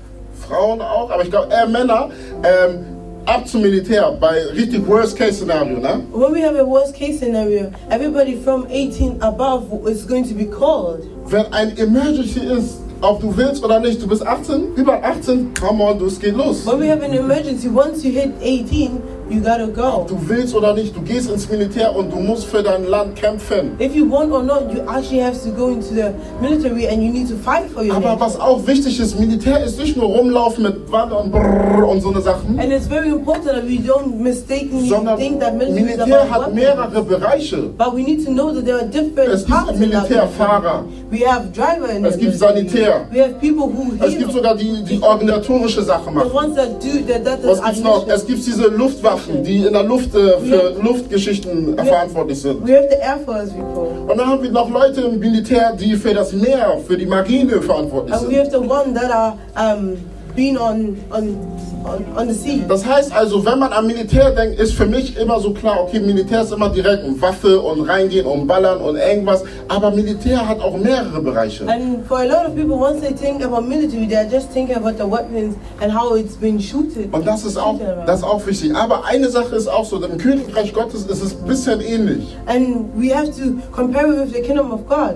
S2: Frauen auch, aber ich glaube eher Männer, ähm, ab zum Militär bei richtig Worst-Case-Szenario, ne?
S3: when we have a worst case scenario, everybody from 18 above is going to be called.
S2: Wenn ein Emergency ist, Ob du willst oder nicht, du bist 18, über 18, come on, es geht los.
S3: When we have an emergency, once you hit 18, you gotta
S2: Ob
S3: go.
S2: du willst oder nicht, du gehst ins Militär und du musst für dein Land kämpfen.
S3: If you want or not, you actually have to go into the military and you need to fight for your
S2: Aber
S3: nation.
S2: was auch wichtig ist, Militär ist nicht nur rumlaufen mit Wanne und Brrr und so eine Sachen,
S3: And it's very important that we don't mistakenly
S2: sondern
S3: think that military is
S2: Militär
S3: about
S2: hat
S3: weapons.
S2: mehrere Bereiche.
S3: But we need to know that there are
S2: Es
S3: different
S2: gibt
S3: parts in our
S2: Militärfahrer.
S3: military. We have driver in
S2: Es
S3: the
S2: gibt
S3: military.
S2: Sanitär.
S3: We have people who
S2: Es gibt
S3: heal.
S2: sogar die, die organisatorische Sachen
S3: The
S2: machen.
S3: ones that do that, that is
S2: Was gibt's noch?
S3: admission.
S2: Es gibt diese Luftwaffen, die in der Luft äh, für Luftgeschichten verantwortlich sind.
S3: We have the Air Force people.
S2: Und dann haben wir noch Leute im Militär, die für das Meer, für die Marine verantwortlich
S3: And we
S2: sind.
S3: have the one that are um, being on, on on on the sea.
S2: Das heißt also, wenn man an Militär denkt, ist für mich immer so klar, okay, Militär ist immer direkt und Waffe und reingehen und ballern und irgendwas. Aber Militär hat auch mehrere Bereiche.
S3: And for a lot of people, once they think about military, they are just thinking about the weapons and how it's been shooted.
S2: Und das ist auch, das ist auch wichtig. Aber eine Sache ist auch so, im Königreich Gottes ist es ein bisschen ähnlich.
S3: And we have to compare it with the kingdom of God.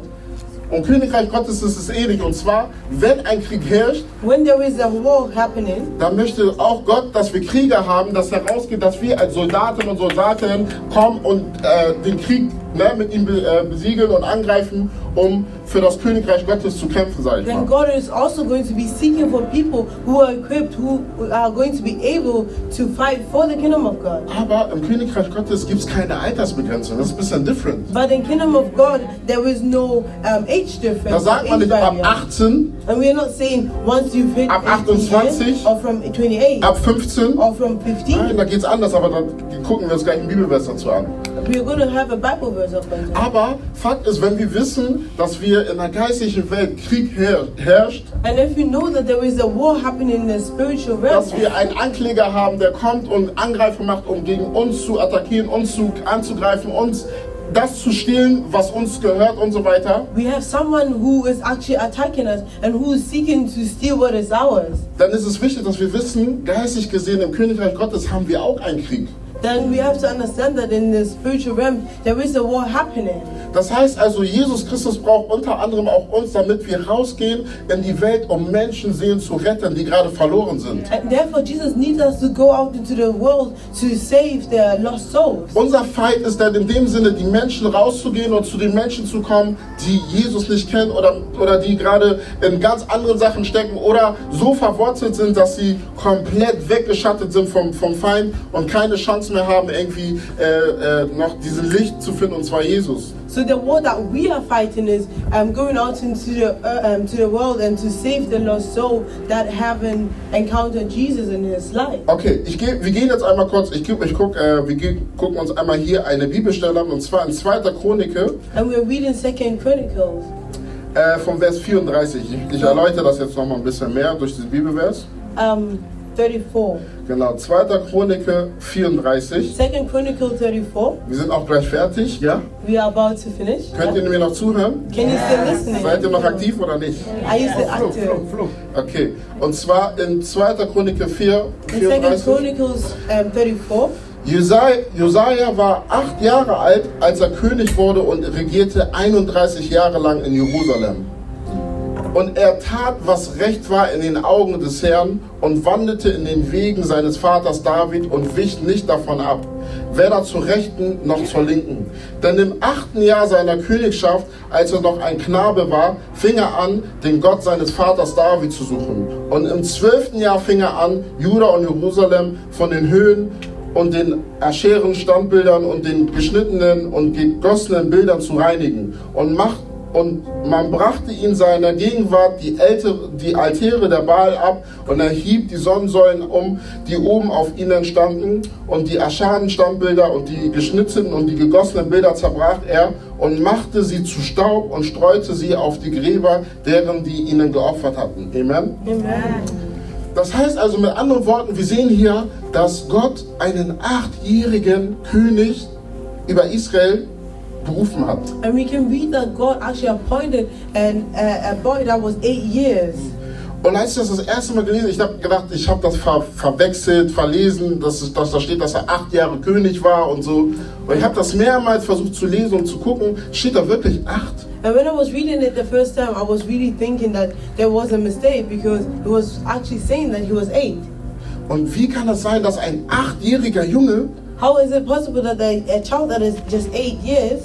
S2: Und Königreich Gottes ist es ähnlich. Und zwar, wenn ein Krieg herrscht,
S3: When there is a war happening,
S2: dann möchte auch Gott, dass wir Krieger haben, dass herausgeht, dass wir als Soldatinnen und Soldaten kommen und äh, den Krieg ne, mit ihm be äh, besiegeln und angreifen, um für das Königreich Gottes zu kämpfen, sage ich
S3: then
S2: mal.
S3: God is also going to be seeking for people who are equipped, who are going to be able to fight for the kingdom of God.
S2: Aber im Königreich Gottes gibt es keine Altersbegrenzung. Das ist ein bisschen different.
S3: But in kingdom of God, there is no um, age
S2: Da
S3: difference.
S2: sagt man
S3: age
S2: nicht ab
S3: barrier.
S2: 18,
S3: And we are not saying once you've hit
S2: Ab
S3: 18
S2: 28.
S3: or from 28
S2: ab 15.
S3: or from
S2: Nein,
S3: 15,
S2: da geht es anders, aber dann gucken wir uns gleich einen Bibelvers dazu an.
S3: we are going to have a Bible verse up on that.
S2: Aber Fakt ist, wenn wir wissen, dass wir in der geistlichen Welt Krieg her herrscht,
S3: And if you know that there is a war happening in the spiritual realm,
S2: dass wir einen Ankläger haben, der kommt und Angreifer macht, um gegen uns zu attackieren, uns zu anzugreifen, uns das zu stehlen, was uns gehört und so weiter,
S3: we have someone who is actually attacking us and who is seeking to steal what is ours.
S2: dann ist es wichtig, dass wir wissen, geistig gesehen im Königreich Gottes haben wir auch einen Krieg.
S3: Then we have to understand that in the spiritual realm, there is a war happening.
S2: Das heißt also, Jesus Christus braucht unter anderem auch uns, damit wir rausgehen in die Welt, um Menschenseelen zu retten, die gerade verloren sind.
S3: And therefore, Jesus needs us to go out into the world to save their lost souls.
S2: Unser Fight ist dann in dem Sinne, die Menschen rauszugehen und zu den Menschen zu kommen, die Jesus nicht kennen oder, oder die gerade in ganz anderen Sachen stecken oder so verwurzelt sind, dass sie komplett weggeschattet sind vom, vom Feind und keine Chance mehr haben, irgendwie äh, äh, noch diesen Licht zu finden, und zwar Jesus.
S3: So the war that we are fighting is um, going out into the uh, um, to the world and to save the lost soul that haven't encountered Jesus in his life.
S2: Okay, ich geh, wir gehen jetzt einmal kurz, ich, guck- ich guck, äh, wir gehen, gucken uns einmal hier eine Bibelstelle an, und zwar in 2. Chronike
S3: And we're reading Second Chronicles,
S2: äh, vom Vers 34. Ich, ich erläutere das jetzt nochmal ein bisschen mehr durch diesen Bibelvers.
S3: um, 34.
S2: Genau, 2. Chronike 34.
S3: Second Chronicle 34.
S2: Wir sind auch gleich fertig, ja?
S3: We are about to finish.
S2: Könnt ihr mir noch zuhören?
S3: Can you still listen?
S2: Seid ihr noch aktiv oder nicht?
S3: Are you still
S2: Flo, Flo,
S3: active?
S2: Flo. Okay, und zwar in 2. Chronike 4,
S3: In Second
S2: 34.
S3: Chronicles um, 34.
S2: Josai- Josaja war acht Jahre alt, als er König wurde und regierte 31 Jahre lang in Jerusalem. Und er tat, was recht war in den Augen des Herrn und wandelte in den Wegen seines Vaters David und wich nicht davon ab, weder zur Rechten noch zur Linken. Denn im achten Jahr seiner Königschaft, als er noch ein Knabe war, fing er an, den Gott seines Vaters David zu suchen. Und im zwölften Jahr fing er an, Juda und Jerusalem von den Höhen und den Ascheren Standbildern und den geschnittenen und gegossenen Bildern zu reinigen und macht und man brachte in seiner Gegenwart die, Älte, die Altäre der Baal ab und er hieb die Sonnensäulen um, die oben auf ihnen standen und die Ascharen Standbilder und die geschnitzten und die gegossenen Bilder zerbrach er und machte sie zu Staub und streute sie auf die Gräber deren, die ihnen geopfert hatten. Amen.
S3: Amen.
S2: Das heißt also mit anderen Worten, wir sehen hier, dass Gott einen achtjährigen König über Israel berufen hat.
S3: And we can read that God actually appointed an, uh, a boy that was eight years.
S2: Und als ich das das erste Mal gelesen habe, ich habe gedacht, ich habe das ver verwechselt, verlesen, dass, dass da steht, dass er acht Jahre König war und so. Und ich habe das mehrmals versucht zu lesen und zu gucken, steht da wirklich acht?
S3: And when I was reading it the first time, I was really thinking that there was a mistake because it was actually saying that he was eight.
S2: Und wie kann das sein, dass ein achtjähriger Junge
S3: How is it possible that a, a child that is just eight years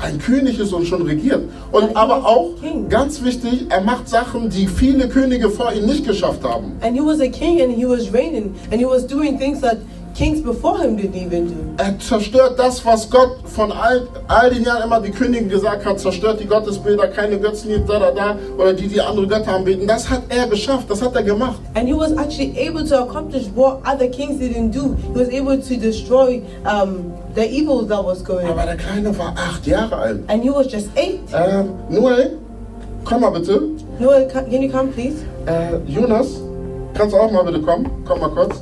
S2: ein König ist und schon regiert?
S3: Ja,
S2: Und
S3: er
S2: aber
S3: ist
S2: auch,
S3: King.
S2: ganz wichtig, er macht Sachen, die viele Könige vor ihm nicht geschafft haben.
S3: and he was a king and he was reigning and he was doing things that kings before him didn't even do?
S2: Er zerstört das, was Gott von all, all den Jahren immer die Könige gesagt hat, zerstört die Gottesbilder, keine Götzen hier, da, da, da, oder die, die andere Götter anbeten. Das hat er geschafft, das hat er gemacht.
S3: And he was actually able to accomplish what other kings didn't do. He was able to destroy um, the evil that was going
S2: Aber
S3: on.
S2: der Kleine war acht Jahre alt.
S3: And he was just eight.
S2: Ähm, Noel, komm mal bitte.
S3: Noah, ca- uh, can you come please?
S2: Äh, Jonas, kannst du auch mal bitte kommen? Komm mal kurz.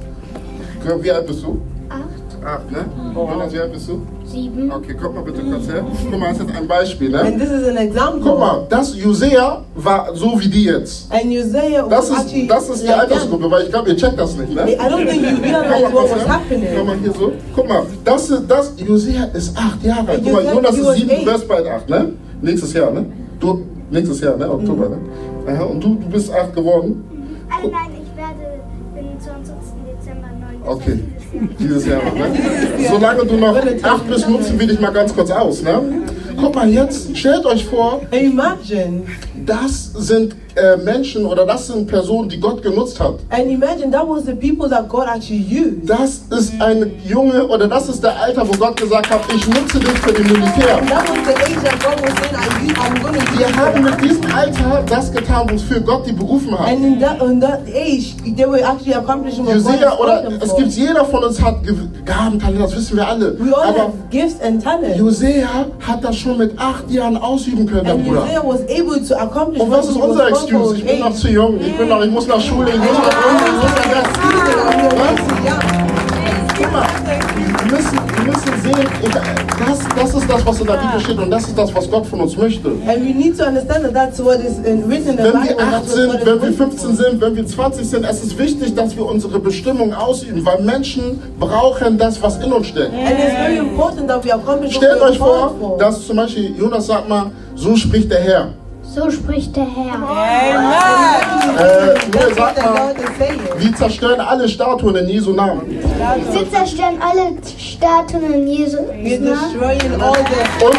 S2: Wie alt bist du?
S4: Acht,
S2: Acht, ne? Jonas, wie alt bist du?
S4: sieben.
S2: Okay, komm mal bitte kurz her. Guck mal, das ist jetzt ein Beispiel,
S3: And
S2: ne?
S3: this is an example.
S2: Guck mal, das Josea war so wie die jetzt.
S3: And Uzziah
S2: Das
S3: was actually
S2: ist, das ist die
S3: like them.
S2: Altersgruppe, weil ich glaube, ihr checkt das nicht, ne?
S3: I don't think you
S2: Komm mal
S3: realize
S2: kurz
S3: what was
S2: her. Komm mal
S3: happening.
S2: ne? hier so. Guck mal, das ist, das, Josea ist acht Jahre alt. Guck mal,
S3: Josea-
S2: Jonas ist
S3: Josea-
S2: sieben, du wirst bald acht, ne? Nächstes Jahr, ne? Du, nächstes Jahr, ne? Oktober, ne?
S3: Mhm.
S2: Aha, und du, du bist acht geworden?
S4: Nein, Äh, nein, ich werde im 20. Dezember 9.
S2: Okay, dieses Jahr noch, ne? Solange du noch acht bist, nutzen wir dich mal ganz kurz aus, ne? Guck mal jetzt, stellt euch vor,
S3: And imagine,
S2: das sind äh, Menschen oder das sind Personen, die Gott genutzt hat.
S3: and imagine that was the people that God actually used.
S2: Das ist ein Junge oder das ist der Alter, wo Gott gesagt hat, ich nutze dich für die Militär.
S3: That was the age that God was saying, "Are you- I'm going to
S2: Wir
S3: use
S2: haben
S3: you."
S2: mit diesem Alter das getan, wofür Gott die berufen hat.
S3: And in that, on that age, they were actually accomplishing what God
S2: Josea
S3: has
S2: oder
S3: called them
S2: es
S3: for.
S2: gibt jeder von uns hat Ge- Gaben, Talente, das wissen wir alle.
S3: We all
S2: Aber
S3: have gifts and talents.
S2: Josea hat das schon mit acht Jahren ausüben können, der
S3: And
S2: Bruder.
S3: Uzziah was able to accomplish
S2: Und
S3: what
S2: was
S3: he
S2: ist unsere
S3: was called
S2: Excuse?
S3: for
S2: Ich
S3: with
S2: bin noch
S3: age.
S2: zu jung, ich bin noch, ich muss nach Schule, ich muss nach Uni, ich muss nach das. Guck mal, wir müssen, wir müssen sehen, ich, das, das ist das, was in der Bibel steht und das ist das, was Gott von uns möchte.
S3: And we need to understand that that's what is in- written in the
S2: Wenn
S3: Bible.
S2: wir
S3: that's
S2: 8
S3: what God
S2: sind, wenn
S3: has
S2: wir
S3: written
S2: 15
S3: for.
S2: sind, wenn wir 20 sind, es ist wichtig, dass wir unsere Bestimmung ausüben, weil Menschen brauchen das, was in uns steckt.
S3: And it's very important that we accomplish what
S2: Stellt
S3: we are
S2: euch
S3: called
S2: vor,
S3: for.
S2: dass zum Beispiel Jonas sagt mal, so spricht der Herr.
S4: So spricht der Herr.
S2: Äh, Noel
S3: That's what
S2: sagt
S3: the
S2: mal,
S3: Lord is saying.
S2: wir zerstören alle Statuen in Jesu Namen.
S4: Wir zerstören alle Statuen in Jesu.
S3: We're
S4: Namen.
S3: destroying all the.
S2: Und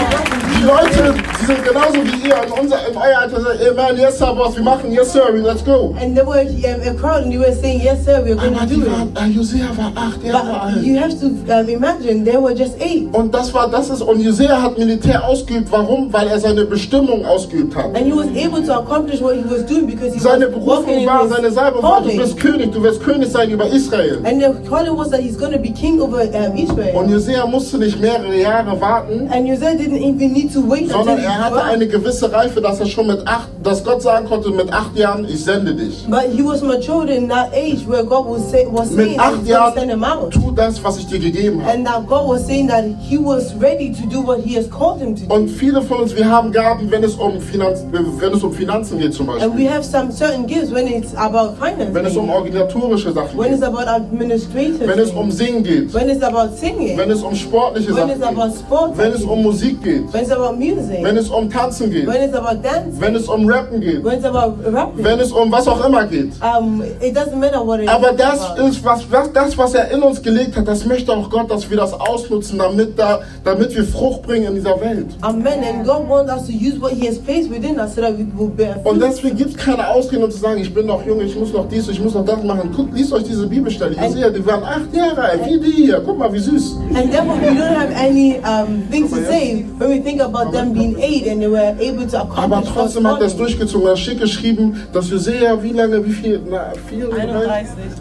S2: die Leute, die sind genauso wie ihr in, unser, also, in euer Alter, sagen, ey man, yes sir, was wir machen, yes sir, we- let's go.
S3: And there were um, a crowd, and they were saying, "Yes, sir, we're going
S2: Aber die
S3: to do
S2: waren,
S3: it."
S2: äh, Josea war acht Jahre
S3: But you
S2: alt.
S3: have to um, imagine they were just eight,
S2: Und das war, das ist, und Josea hat Militär ausgeübt. Warum? Weil er seine Bestimmung ausgeübt hat.
S3: and he was able to accomplish what he was doing because he
S2: Seine
S3: was walking
S2: Berufung
S3: in
S2: war,
S3: his
S2: seine Salbung war, du
S3: calling.
S2: bist König, du wirst König sein über Israel.
S3: And the calling was that he's going to be king over um,
S2: Und
S3: Israel.
S2: Josea musste nicht mehrere Jahre warten,
S3: And Uzziah didn't even need to wait until
S2: sondern
S3: he
S2: er hatte
S3: was.
S2: eine gewisse Reife, dass er schon mit acht, dass Gott sagen konnte, mit acht Jahren, ich sende dich.
S3: But he was matured in that age where God was, say, was saying
S2: Mit
S3: that
S2: acht
S3: he's going to
S2: Jahren,
S3: send him out.
S2: tu das, was ich dir gegeben habe.
S3: And that God was saying that he was ready to do what he has called him to do.
S2: Und viele von uns, wir haben Gaben, wenn es um, Finanz, wenn es um Finanzen geht zum
S3: And we
S2: Beispiel.
S3: have some certain gifts when it's about finance.
S2: Wenn es um organisatorische Sachen
S3: when it's
S2: geht.
S3: about administrative.
S2: Wenn es um
S3: things,
S2: Singen geht.
S3: when it's about singing.
S2: Wenn es um sportliche
S3: when
S2: Sachen
S3: it's about
S2: geht.
S3: sports.
S2: Wenn es um Musik geht.
S3: when it's about music.
S2: Wenn es um Tanzen geht.
S3: when it's about dance.
S2: Wenn es um Rappen geht.
S3: when it's about rapping.
S2: Wenn es um was auch immer geht.
S3: um, it doesn't matter what it is
S2: Aber das
S3: about.
S2: ist, was, was, das, was er in uns gelegt hat, das möchte auch Gott, dass wir das ausnutzen, damit, da, damit wir Frucht bringen in dieser Welt.
S3: Amen. And God wants us to use what He has placed within us so that we will bear fruit.
S2: Und deswegen gibt es keine Ausreden, um zu sagen, ich bin noch jung, ich muss noch dies, ich muss noch das machen. Guckt, liest euch diese Bibelstelle. Ihr seht, die waren acht Jahre alt, wie die hier. Guck mal, wie süß.
S3: And therefore, we don't have any um, things to say when we think about them being eight and they were able to
S2: Aber
S3: accomplish what's
S2: trotzdem hat er es
S3: calling.
S2: durchgezogen. Er hat schick geschrieben, dass Josea, wie lange, wie viel? Na, 34?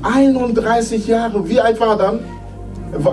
S2: 31 Jahre. Wie alt war er dann?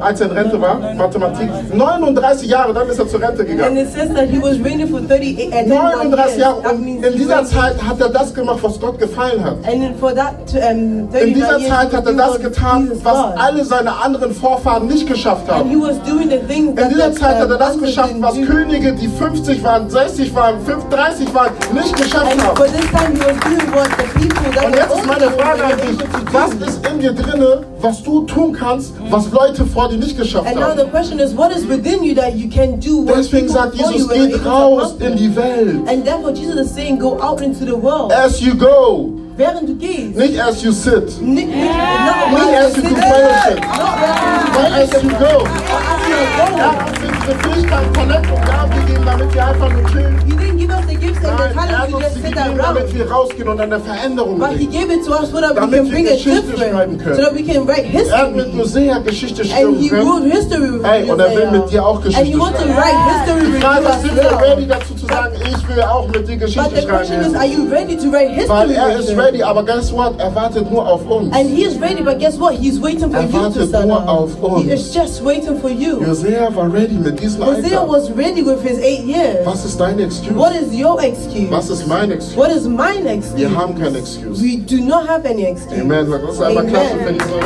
S2: als er in Rente war, Mathematik, 39 Jahre, dann ist er zur Rente
S3: And
S2: gegangen.
S3: it says that he was reigning for 38 and 39 years.
S2: 39 Jahre
S3: That
S2: und
S3: means
S2: in dieser
S3: 20.
S2: Zeit hat er das gemacht, was Gott gefallen hat.
S3: And then for that um, 39
S2: In dieser
S3: years,
S2: Zeit hat er
S3: he
S2: das
S3: was
S2: getan,
S3: Jesus
S2: was
S3: God.
S2: alle seine anderen Vorfahren nicht geschafft
S3: And he
S2: haben.
S3: was doing the things
S2: In
S3: that
S2: dieser
S3: the,
S2: Zeit hat er
S3: um,
S2: das
S3: others
S2: geschafft,
S3: didn't
S2: was
S3: do.
S2: Könige, die 50 waren, 60 waren, 5, 30 waren, nicht geschafft
S3: And
S2: haben.
S3: for this time he was doing what the people that
S2: Und
S3: were
S2: jetzt ist
S3: older
S2: meine Frage
S3: were
S2: an dich.
S3: able to do.
S2: Was ist in dir drinne, was du tun kannst, was Leute vor dir nicht geschafft
S3: And now
S2: haben?
S3: the question is, what is within you that you can do? What
S2: Deswegen
S3: people
S2: sagt
S3: before you
S2: Jesus,
S3: were able
S2: geht
S3: to
S2: raus in
S3: accomplish?
S2: die Welt.
S3: And therefore Jesus is saying, go out into the world.
S2: As you go,
S3: Während du gehst.
S2: nicht as you sit.
S3: Nicht, nicht, not
S2: Nicht
S3: while
S2: as you
S3: you're
S2: do
S3: sitting.
S2: fellowship,
S3: Not
S2: but
S3: while you're
S2: as you go. Er
S3: sitting.
S2: hat uns diese Fähigkeit, Talent und Gaben gegeben, damit wir einfach nur chillen.
S3: You didn't give us the gifts and the
S2: Nein, er hat
S3: talents to
S2: uns
S3: just
S2: sie
S3: sit
S2: gegeben, damit
S3: around.
S2: wir rausgehen und eine Veränderung
S3: But he
S2: bringen.
S3: gave it to us so that
S2: Damit
S3: we can
S2: wir
S3: bring a
S2: Geschichte schreiben
S3: difference,
S2: können.
S3: so that we can write
S2: Er hat mit
S3: history.
S2: Hosea Geschichte
S3: And he
S2: schreiben
S3: wrote history with
S2: Ey,
S3: you,
S2: und er will
S3: Isaiah.
S2: mit dir auch
S3: And you
S2: Geschichte
S3: want to
S2: schreiben.
S3: write history
S2: Die
S3: with
S2: Frage ist,
S3: you as
S2: sind wir ready
S3: well.
S2: dazu zu sagen, ich will auch mit dir
S3: But
S2: Geschichte
S3: the question is,
S2: schreiben?
S3: are you ready to write history
S2: Weil er
S3: with
S2: ist
S3: him?
S2: ready, aber guess what? Er wartet nur auf uns.
S3: And he is ready, but guess what? He's waiting for
S2: Er
S3: you to
S2: wartet
S3: stand
S2: nur
S3: up.
S2: auf uns.
S3: He is just waiting for you.
S2: Hosea war ready mit diesem
S3: Hosea
S2: Alter.
S3: was ready with his eight years.
S2: Was ist deine Excuse?
S3: What is your excuse?
S2: Was ist meine Excuse?
S3: What is mine excuse?
S2: Wir haben keine Excuse.
S3: We do not have any excuse.
S2: Amen. Lass uns einmal
S3: Amen.
S2: klatschen für diese Worte.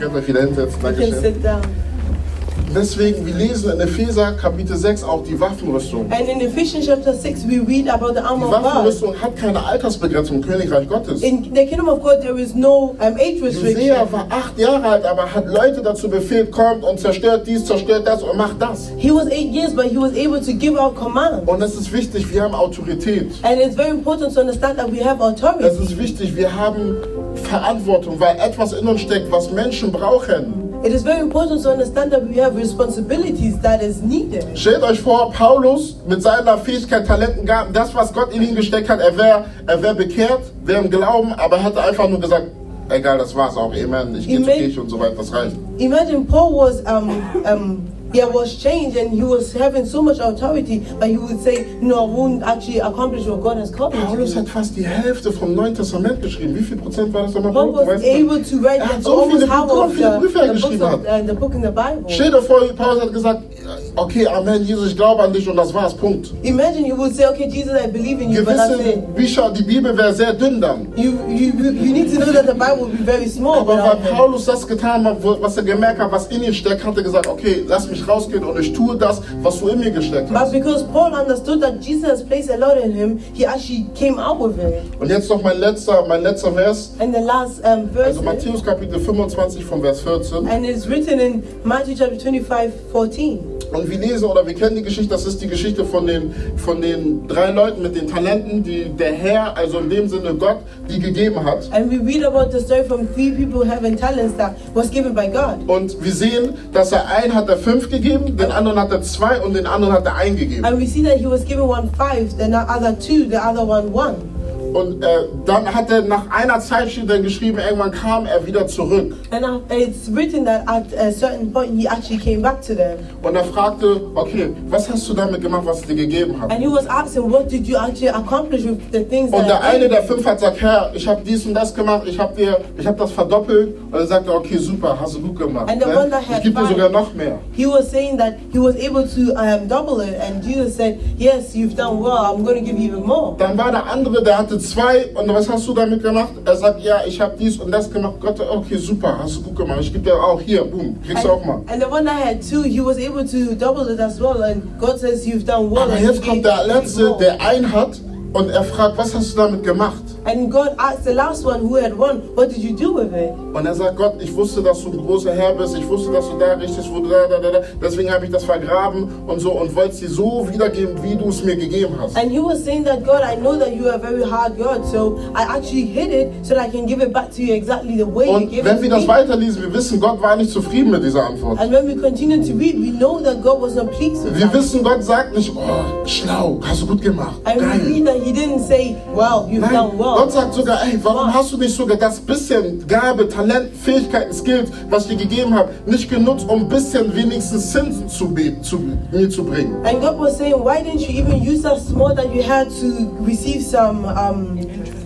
S2: Ihr Könnt euch wieder hinsetzen.
S3: You can
S2: Dankeschön.
S3: sit down.
S2: Deswegen, wir lesen in Epheser Kapitel 6 auch die Waffenrüstung.
S3: And in Ephesians chapter 6, we read about
S2: Die
S3: the armor of God.
S2: Waffenrüstung hat keine Altersbegrenzung im Königreich Gottes.
S3: In the kingdom of God, there is no um, age
S2: Hosea
S3: restriction.
S2: war acht Jahre alt, aber hat Leute dazu befehlt, kommt und zerstört dies, zerstört das und macht das.
S3: He was eight years, but he was able to give out command.
S2: Und es ist wichtig, wir haben Autorität.
S3: And it's very important to understand that we have
S2: Es
S3: authority.
S2: ist wichtig, wir haben Verantwortung, weil etwas in uns steckt, was Menschen brauchen.
S3: It is very important to understand that we have responsibilities that is needed.
S2: Stellt euch vor, Paulus mit seiner Fähigkeit, Talenten, Gaben, das, was Gott in ihn gesteckt hat, er wäre er wär bekehrt, wäre im Glauben, aber er hätte einfach nur gesagt, egal, das war's auch, Amen, ich gehe zur
S3: Amen.
S2: Kirche und so weiter, das reicht.
S3: Imagine Paul was um um there was change and he was having so much authority, but he would say, No, I won't actually accomplish what God has called me to.
S2: Paulus
S3: do."
S2: hat fast die Hälfte vom Neuen Testament geschrieben. Wie viel Prozent war das nochmal?
S3: Paul was
S2: Weißt du?
S3: able to write
S2: er hat
S3: the,
S2: so viele,
S3: almost half
S2: so
S3: of
S2: viele
S3: the,
S2: Briefe er
S3: the, books
S2: geschrieben hat.
S3: of, uh, the book in the Bible.
S2: Stell dir vor, Paulus hat gesagt, okay, Amen, Jesus, ich glaube an dich und das war's, Punkt.
S3: Imagine you would say, Okay, Jesus, I believe in you, but that's
S2: Gewisse
S3: it.
S2: Bücher, die Bibel wäre sehr dünn dann.
S3: You, you you you need to know that the Bible will be very small. um,
S2: Aber
S3: without
S2: weil
S3: him.
S2: Paulus das getan hat, wo- was er gemerkt hat, was in ihm steckt, hat er gesagt, okay, lass mich rausgehen und ich tue das, was du in mir gesteckt
S3: But
S2: hast.
S3: because Paul understood that Jesus placed a lot in him, he actually came out with it.
S2: Und jetzt noch mein letzter, mein letzter Vers.
S3: And the last um, verse,
S2: Also Matthäus Kapitel 25 von Vers 14.
S3: and it's written in Matthew chapter 25, 14.
S2: Und wir lesen oder wir kennen die Geschichte, das ist die Geschichte von den, von den drei Leuten mit den Talenten, die der Herr, also in dem Sinne Gott, die gegeben hat.
S3: And we read about the story from three people having talents that was given by God.
S2: Und wir sehen, dass er einen hat er fünf gegeben, den anderen hat er zwei und den anderen hat er einen gegeben.
S3: And we see that he was given one five, then the other two, the other one one.
S2: Und äh, dann hat er nach einer Zeit steht dann geschrieben, irgendwann kam er wieder zurück.
S3: And uh, it's written that at a certain point he actually came back to them.
S2: Und er fragte, okay, was hast du damit gemacht, was ich dir gegeben habe?
S3: And he was asking, What did you actually accomplish with the things
S2: Und der
S3: that I
S2: eine
S3: gave
S2: der fünf hat gesagt, Herr, ich habe dies und das gemacht, ich habe dir, ich habe das verdoppelt. Und er sagte, okay, super, hast du gut gemacht.
S3: And the
S2: ne?
S3: one that
S2: Ich
S3: had
S2: gebe dir
S3: five-
S2: sogar noch mehr.
S3: He was saying that he was able to um, double it, and Jesus said, Yes, you've done well, I'm going to give you even more.
S2: Dann war der andere, der hatte zwei und was hast du damit gemacht? Er sagt, ja, ich habe dies und das gemacht. Gott, okay, super, hast du gut gemacht. Ich gebe dir auch hier, boom, kriegst
S3: And,
S2: du auch mal.
S3: and the one that had two, he was able to double it as well, and God says, You've done well.
S2: Aber
S3: and, he
S2: jetzt kommt
S3: gave
S2: der
S3: you
S2: Letzte,
S3: more.
S2: der einen hat und er fragt, was hast du damit gemacht?
S3: and God asked the last one who had won, What did you do with it?
S2: Und er sagt, Gott, ich wusste, dass du ein großer Herr bist, ich wusste, dass du da richtig wo du da, da, da, da. Deswegen habe ich das vergraben und so und wollte es dir so wiedergeben, wie du es mir gegeben hast.
S3: And he was saying that, God, I know that you are a very hard God, so I actually hid it so that I can give it back to you exactly the way you
S2: Und
S3: gave
S2: wenn
S3: it
S2: wir
S3: to
S2: das
S3: me.
S2: weiterlesen, wir wissen, Gott war nicht zufrieden mit dieser Antwort.
S3: And when we continue to read, we know that God was not pleased with
S2: Wir
S3: that.
S2: wissen, Gott sagt nicht, oh, schlau, hast du gut gemacht,
S3: And we
S2: geil.
S3: read that he didn't say, Well, you've
S2: Nein,
S3: done well.
S2: Gott sagt sogar, ey, warum
S3: Wow.
S2: hast du nicht sogar das bisschen Gabe, Talent, Fähigkeiten, Skills, was ich dir gegeben habe, nicht genutzt, um ein bisschen wenigstens Zinsen zu, be- zu mir zu bringen?
S3: And God was saying, why didn't you even use that small that you had to receive some um,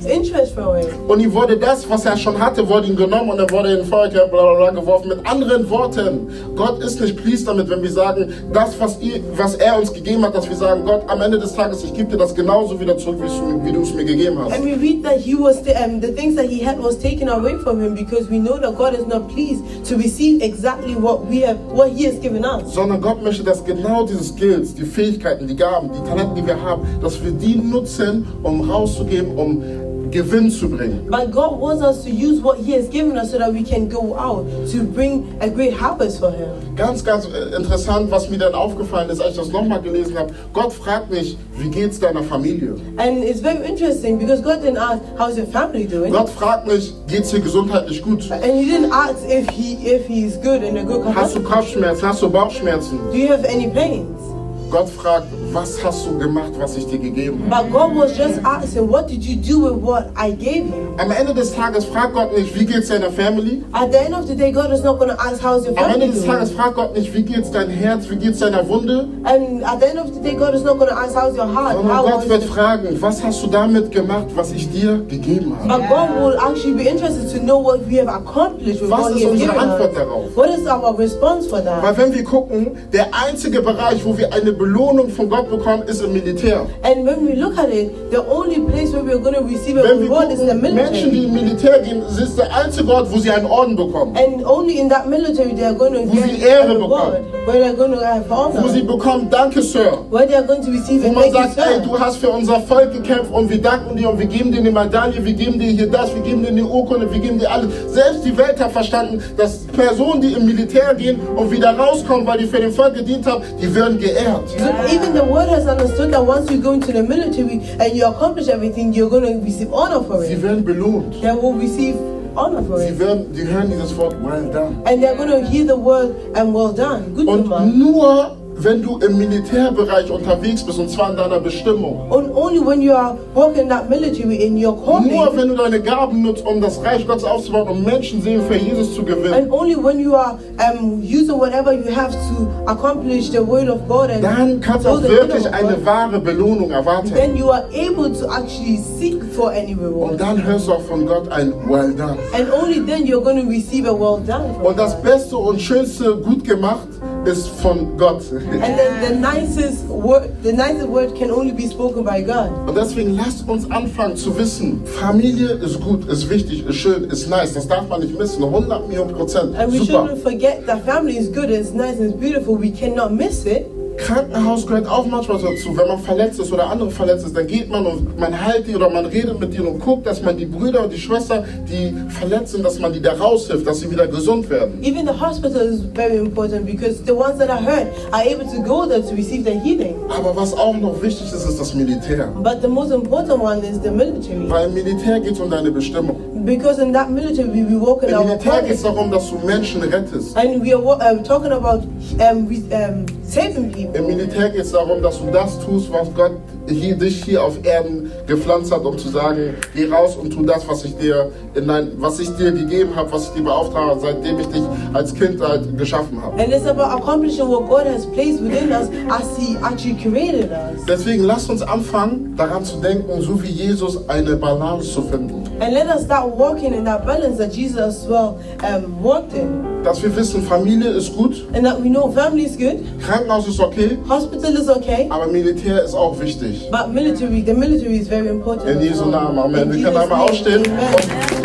S3: interest from him.
S2: Und ihm wurde das, was er schon hatte, wurde ihm genommen und er wurde in Feuer bla, bla, bla, geworfen. Mit anderen Worten, Gott ist nicht pleased damit, wenn wir sagen, das, was, ihr, was er uns gegeben hat, dass wir sagen, Gott, am Ende des Tages, ich gebe dir das genauso wieder zurück, wie du- wie du es mir gegeben hast.
S3: And we read that he was ta- um, the things that he had was taken away from him because we know that God is not pleased to receive exactly what we have, what he has given us.
S2: Sondern Gott möchte, dass genau diese Skills, die Fähigkeiten, die Gaben, die Talente, die wir haben, dass wir die nutzen, um rauszugeben, um Gewinn zu bringen.
S3: But God wants us to use what he has given us so that we can go out to bring a great harvest for him.
S2: Ganz, ganz äh, interessant, was mir dann aufgefallen ist, als ich das nochmal gelesen habe. Gott fragt nicht, wie geht's deiner Familie?
S3: And it's very interesting because God didn't ask how's your family doing,
S2: Gott fragt nicht, geht's dir gesundheitlich gut?
S3: and He didn't ask if he if he is good and a good
S2: Hast du
S3: capacity.
S2: Kopfschmerzen? Hast du Bauchschmerzen?
S3: Do you have any pains?
S2: Gott fragt, was hast du gemacht, was ich dir gegeben habe?
S3: But God was just asking, what did you do with what I gave you?
S2: Am Ende des Tages fragt Gott nicht, wie geht's deiner Family?
S3: At the end of the day, God is not going to ask how's your
S2: Am Ende
S3: family
S2: des
S3: doing.
S2: Tages fragt Gott nicht, wie geht's dein Herz, wie geht's deiner Wunde?
S3: And at the end of the day, God is not going to ask how's your heart.
S2: Sondern
S3: How was
S2: Gott wird
S3: it?"
S2: fragen, was hast du damit gemacht, was ich dir gegeben habe?
S3: But God will actually be interested to know what we have accomplished with
S2: Was
S3: what
S2: ist
S3: He has
S2: unsere
S3: given
S2: Antwort
S3: us.
S2: darauf?
S3: What is our response for that?
S2: Weil wenn wir gucken, der einzige Bereich, wo wir eine Belohnung von Gott bekommen, ist im Militär.
S3: And when we look at it, the only place where we're going to receive a
S2: Wenn wir
S3: reward is in the
S2: gucken, Menschen, die
S3: military.
S2: im Militär gehen, es ist der einzige Ort, wo sie einen Orden bekommen.
S3: And only in that military they are going to
S2: Wo sie
S3: get
S2: Ehre
S3: a reward, where they are going to have
S2: Wo sie
S3: honor,
S2: bekommen, danke Sir.
S3: where they are going to receive
S2: Wo
S3: a
S2: man
S3: thank you,
S2: sagt, ey, du
S3: sir.
S2: hast für unser Volk gekämpft und wir danken dir und wir geben dir eine Medaille, wir geben dir hier das, wir geben dir eine Urkunde, wir geben dir alles. Selbst die Welt hat verstanden, dass Personen, die im Militär gehen und wieder rauskommen, weil die für den Volk gedient haben, die werden geehrt.
S3: So even the world has understood that once you go into the military and you accomplish everything, you're going to receive honor for
S2: Sie
S3: it.
S2: werden belohnt.
S3: They will receive honor for it.
S2: Sie werden, die hören dieses Wort, well done.
S3: and they're going to hear the word and well done, good
S2: Und
S3: man.
S2: nur wenn du im Militärbereich unterwegs bist, und zwar in deiner Bestimmung,
S3: And only when you are working that military in your
S2: nur
S3: calling,
S2: wenn du deine Gaben nutzt, um das Reich Gottes aufzubauen, um Menschenseelen für Jesus zu gewinnen,
S3: and only when you are um, using whatever you have to accomplish the will of God, and
S2: dann kannst du auch
S3: do the will of
S2: wirklich eine
S3: God,
S2: wahre Belohnung erwarten.
S3: then you are able to actually seek for any
S2: Und
S3: reward.
S2: dann hörst du auch von Gott ein Well done.
S3: And only then you're going to receive a well done. from
S2: Und das
S3: God.
S2: Beste und Schönste gut gemacht ist von Gott.
S3: and then the nicest word, the nicest word can only be spoken by God.
S2: Und deswegen lasst uns anfangen zu wissen, Familie ist gut, ist wichtig, ist schön, ist nice. Das darf man nicht missen. 100 Millionen Prozent.
S3: And we
S2: Super.
S3: shouldn't forget that family is good, it's nice, it's beautiful. We cannot miss it.
S2: Krankenhaus gehört auch manchmal dazu. Wenn man verletzt ist oder andere verletzt ist, dann geht man und man heilt die oder man redet mit denen und guckt, dass man die Brüder und die Schwestern, die verletzt sind, dass man die da raushilft, dass sie wieder gesund werden.
S3: Even the hospital is very important because the ones that are hurt are able to go there to receive the healing.
S2: Aber was auch noch wichtig ist, ist das Militär.
S3: But the most important one is the military.
S2: Weil im Militär geht es um deine Bestimmung.
S3: Because in that military, we walk in
S2: Im
S3: our
S2: Militär geht es
S3: calling.
S2: darum, dass du Menschen rettest.
S3: And we are wa- um, talking about um, re- um, saving people.
S2: Im Militär geht es darum, dass du das tust, was Gott hier, dich hier auf Erden gepflanzt hat, um zu sagen, geh raus und tu das, was ich dir, in dein, was ich dir gegeben habe, was ich dir beauftragt habe, seitdem ich dich als Kind halt geschaffen habe.
S3: And it's about accomplishing what God has placed within us as He actually created us.
S2: Deswegen lasst uns anfangen, daran zu denken, so wie Jesus eine Balance zu finden.
S3: And let us start walking in that balance that Jesus as well um, walked in.
S2: Dass wir wissen, Familie ist gut,
S3: And that we know family is good,
S2: Krankenhaus ist okay,
S3: hospital is okay,
S2: aber Militär ist auch wichtig.
S3: But military, the military is very important.
S2: In
S3: as
S2: Jesu
S3: well.
S2: Namen, Amen.
S3: In
S2: Wir können
S3: Jesus'
S2: einmal
S3: name,
S2: aufstehen. Und,
S3: amen.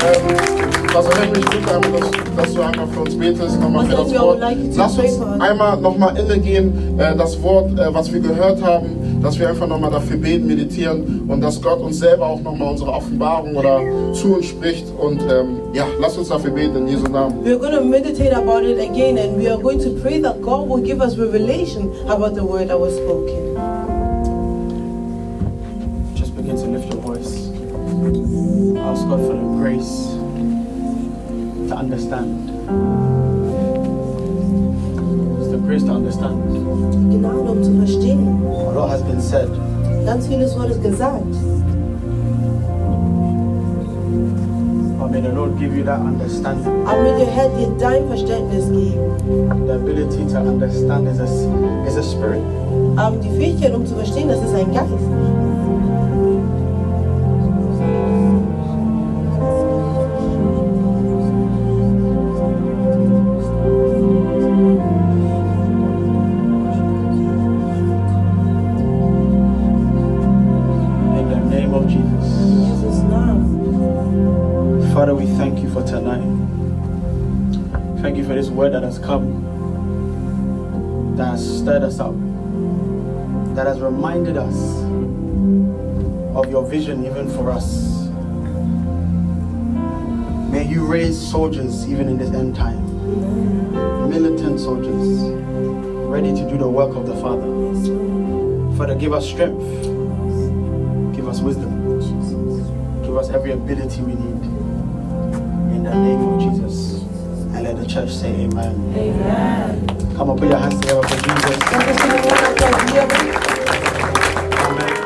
S2: ähm, das wäre wirklich gut, einmal, dass, dass du einfach für uns betest, nochmal für das Wort. Lass uns einmal nochmal innegehen, äh, das Wort, äh, was wir gehört haben, dass wir einfach nochmal dafür beten, meditieren und dass Gott uns selber auch nochmal unsere Offenbarung oder zu uns spricht. Und ähm, ja, lass uns dafür beten, in Jesu Namen.
S3: We're going to meditate about it again and we are going to pray that God will give us revelation about the word that was spoken.
S5: Just begin to lift your voice. Ask God for the grace to understand. It's the grace to understand.
S3: Genau um zu verstehen.
S5: A lot has been said,
S3: Ganz vieles wurde gesagt.
S5: but may the Lord give you that understanding.
S3: Aber mit der Herr dir dein Verständnis geben.
S5: The ability to understand is a, is a spirit.
S3: Aber die Fähigkeit, um zu verstehen, das ist ein Geist.
S5: Thank you for this word that has come, that has stirred us up, that has reminded us of your vision even for us. May you raise soldiers even in this end time, militant soldiers, ready to do the work of the Father. Father, give us strength, give us wisdom, give us every ability we need. In the name of Jesus. And let the church say amen. Amen. Come on, put your hands together for Jesus.
S3: Thank you so much, Lord.
S5: Amen.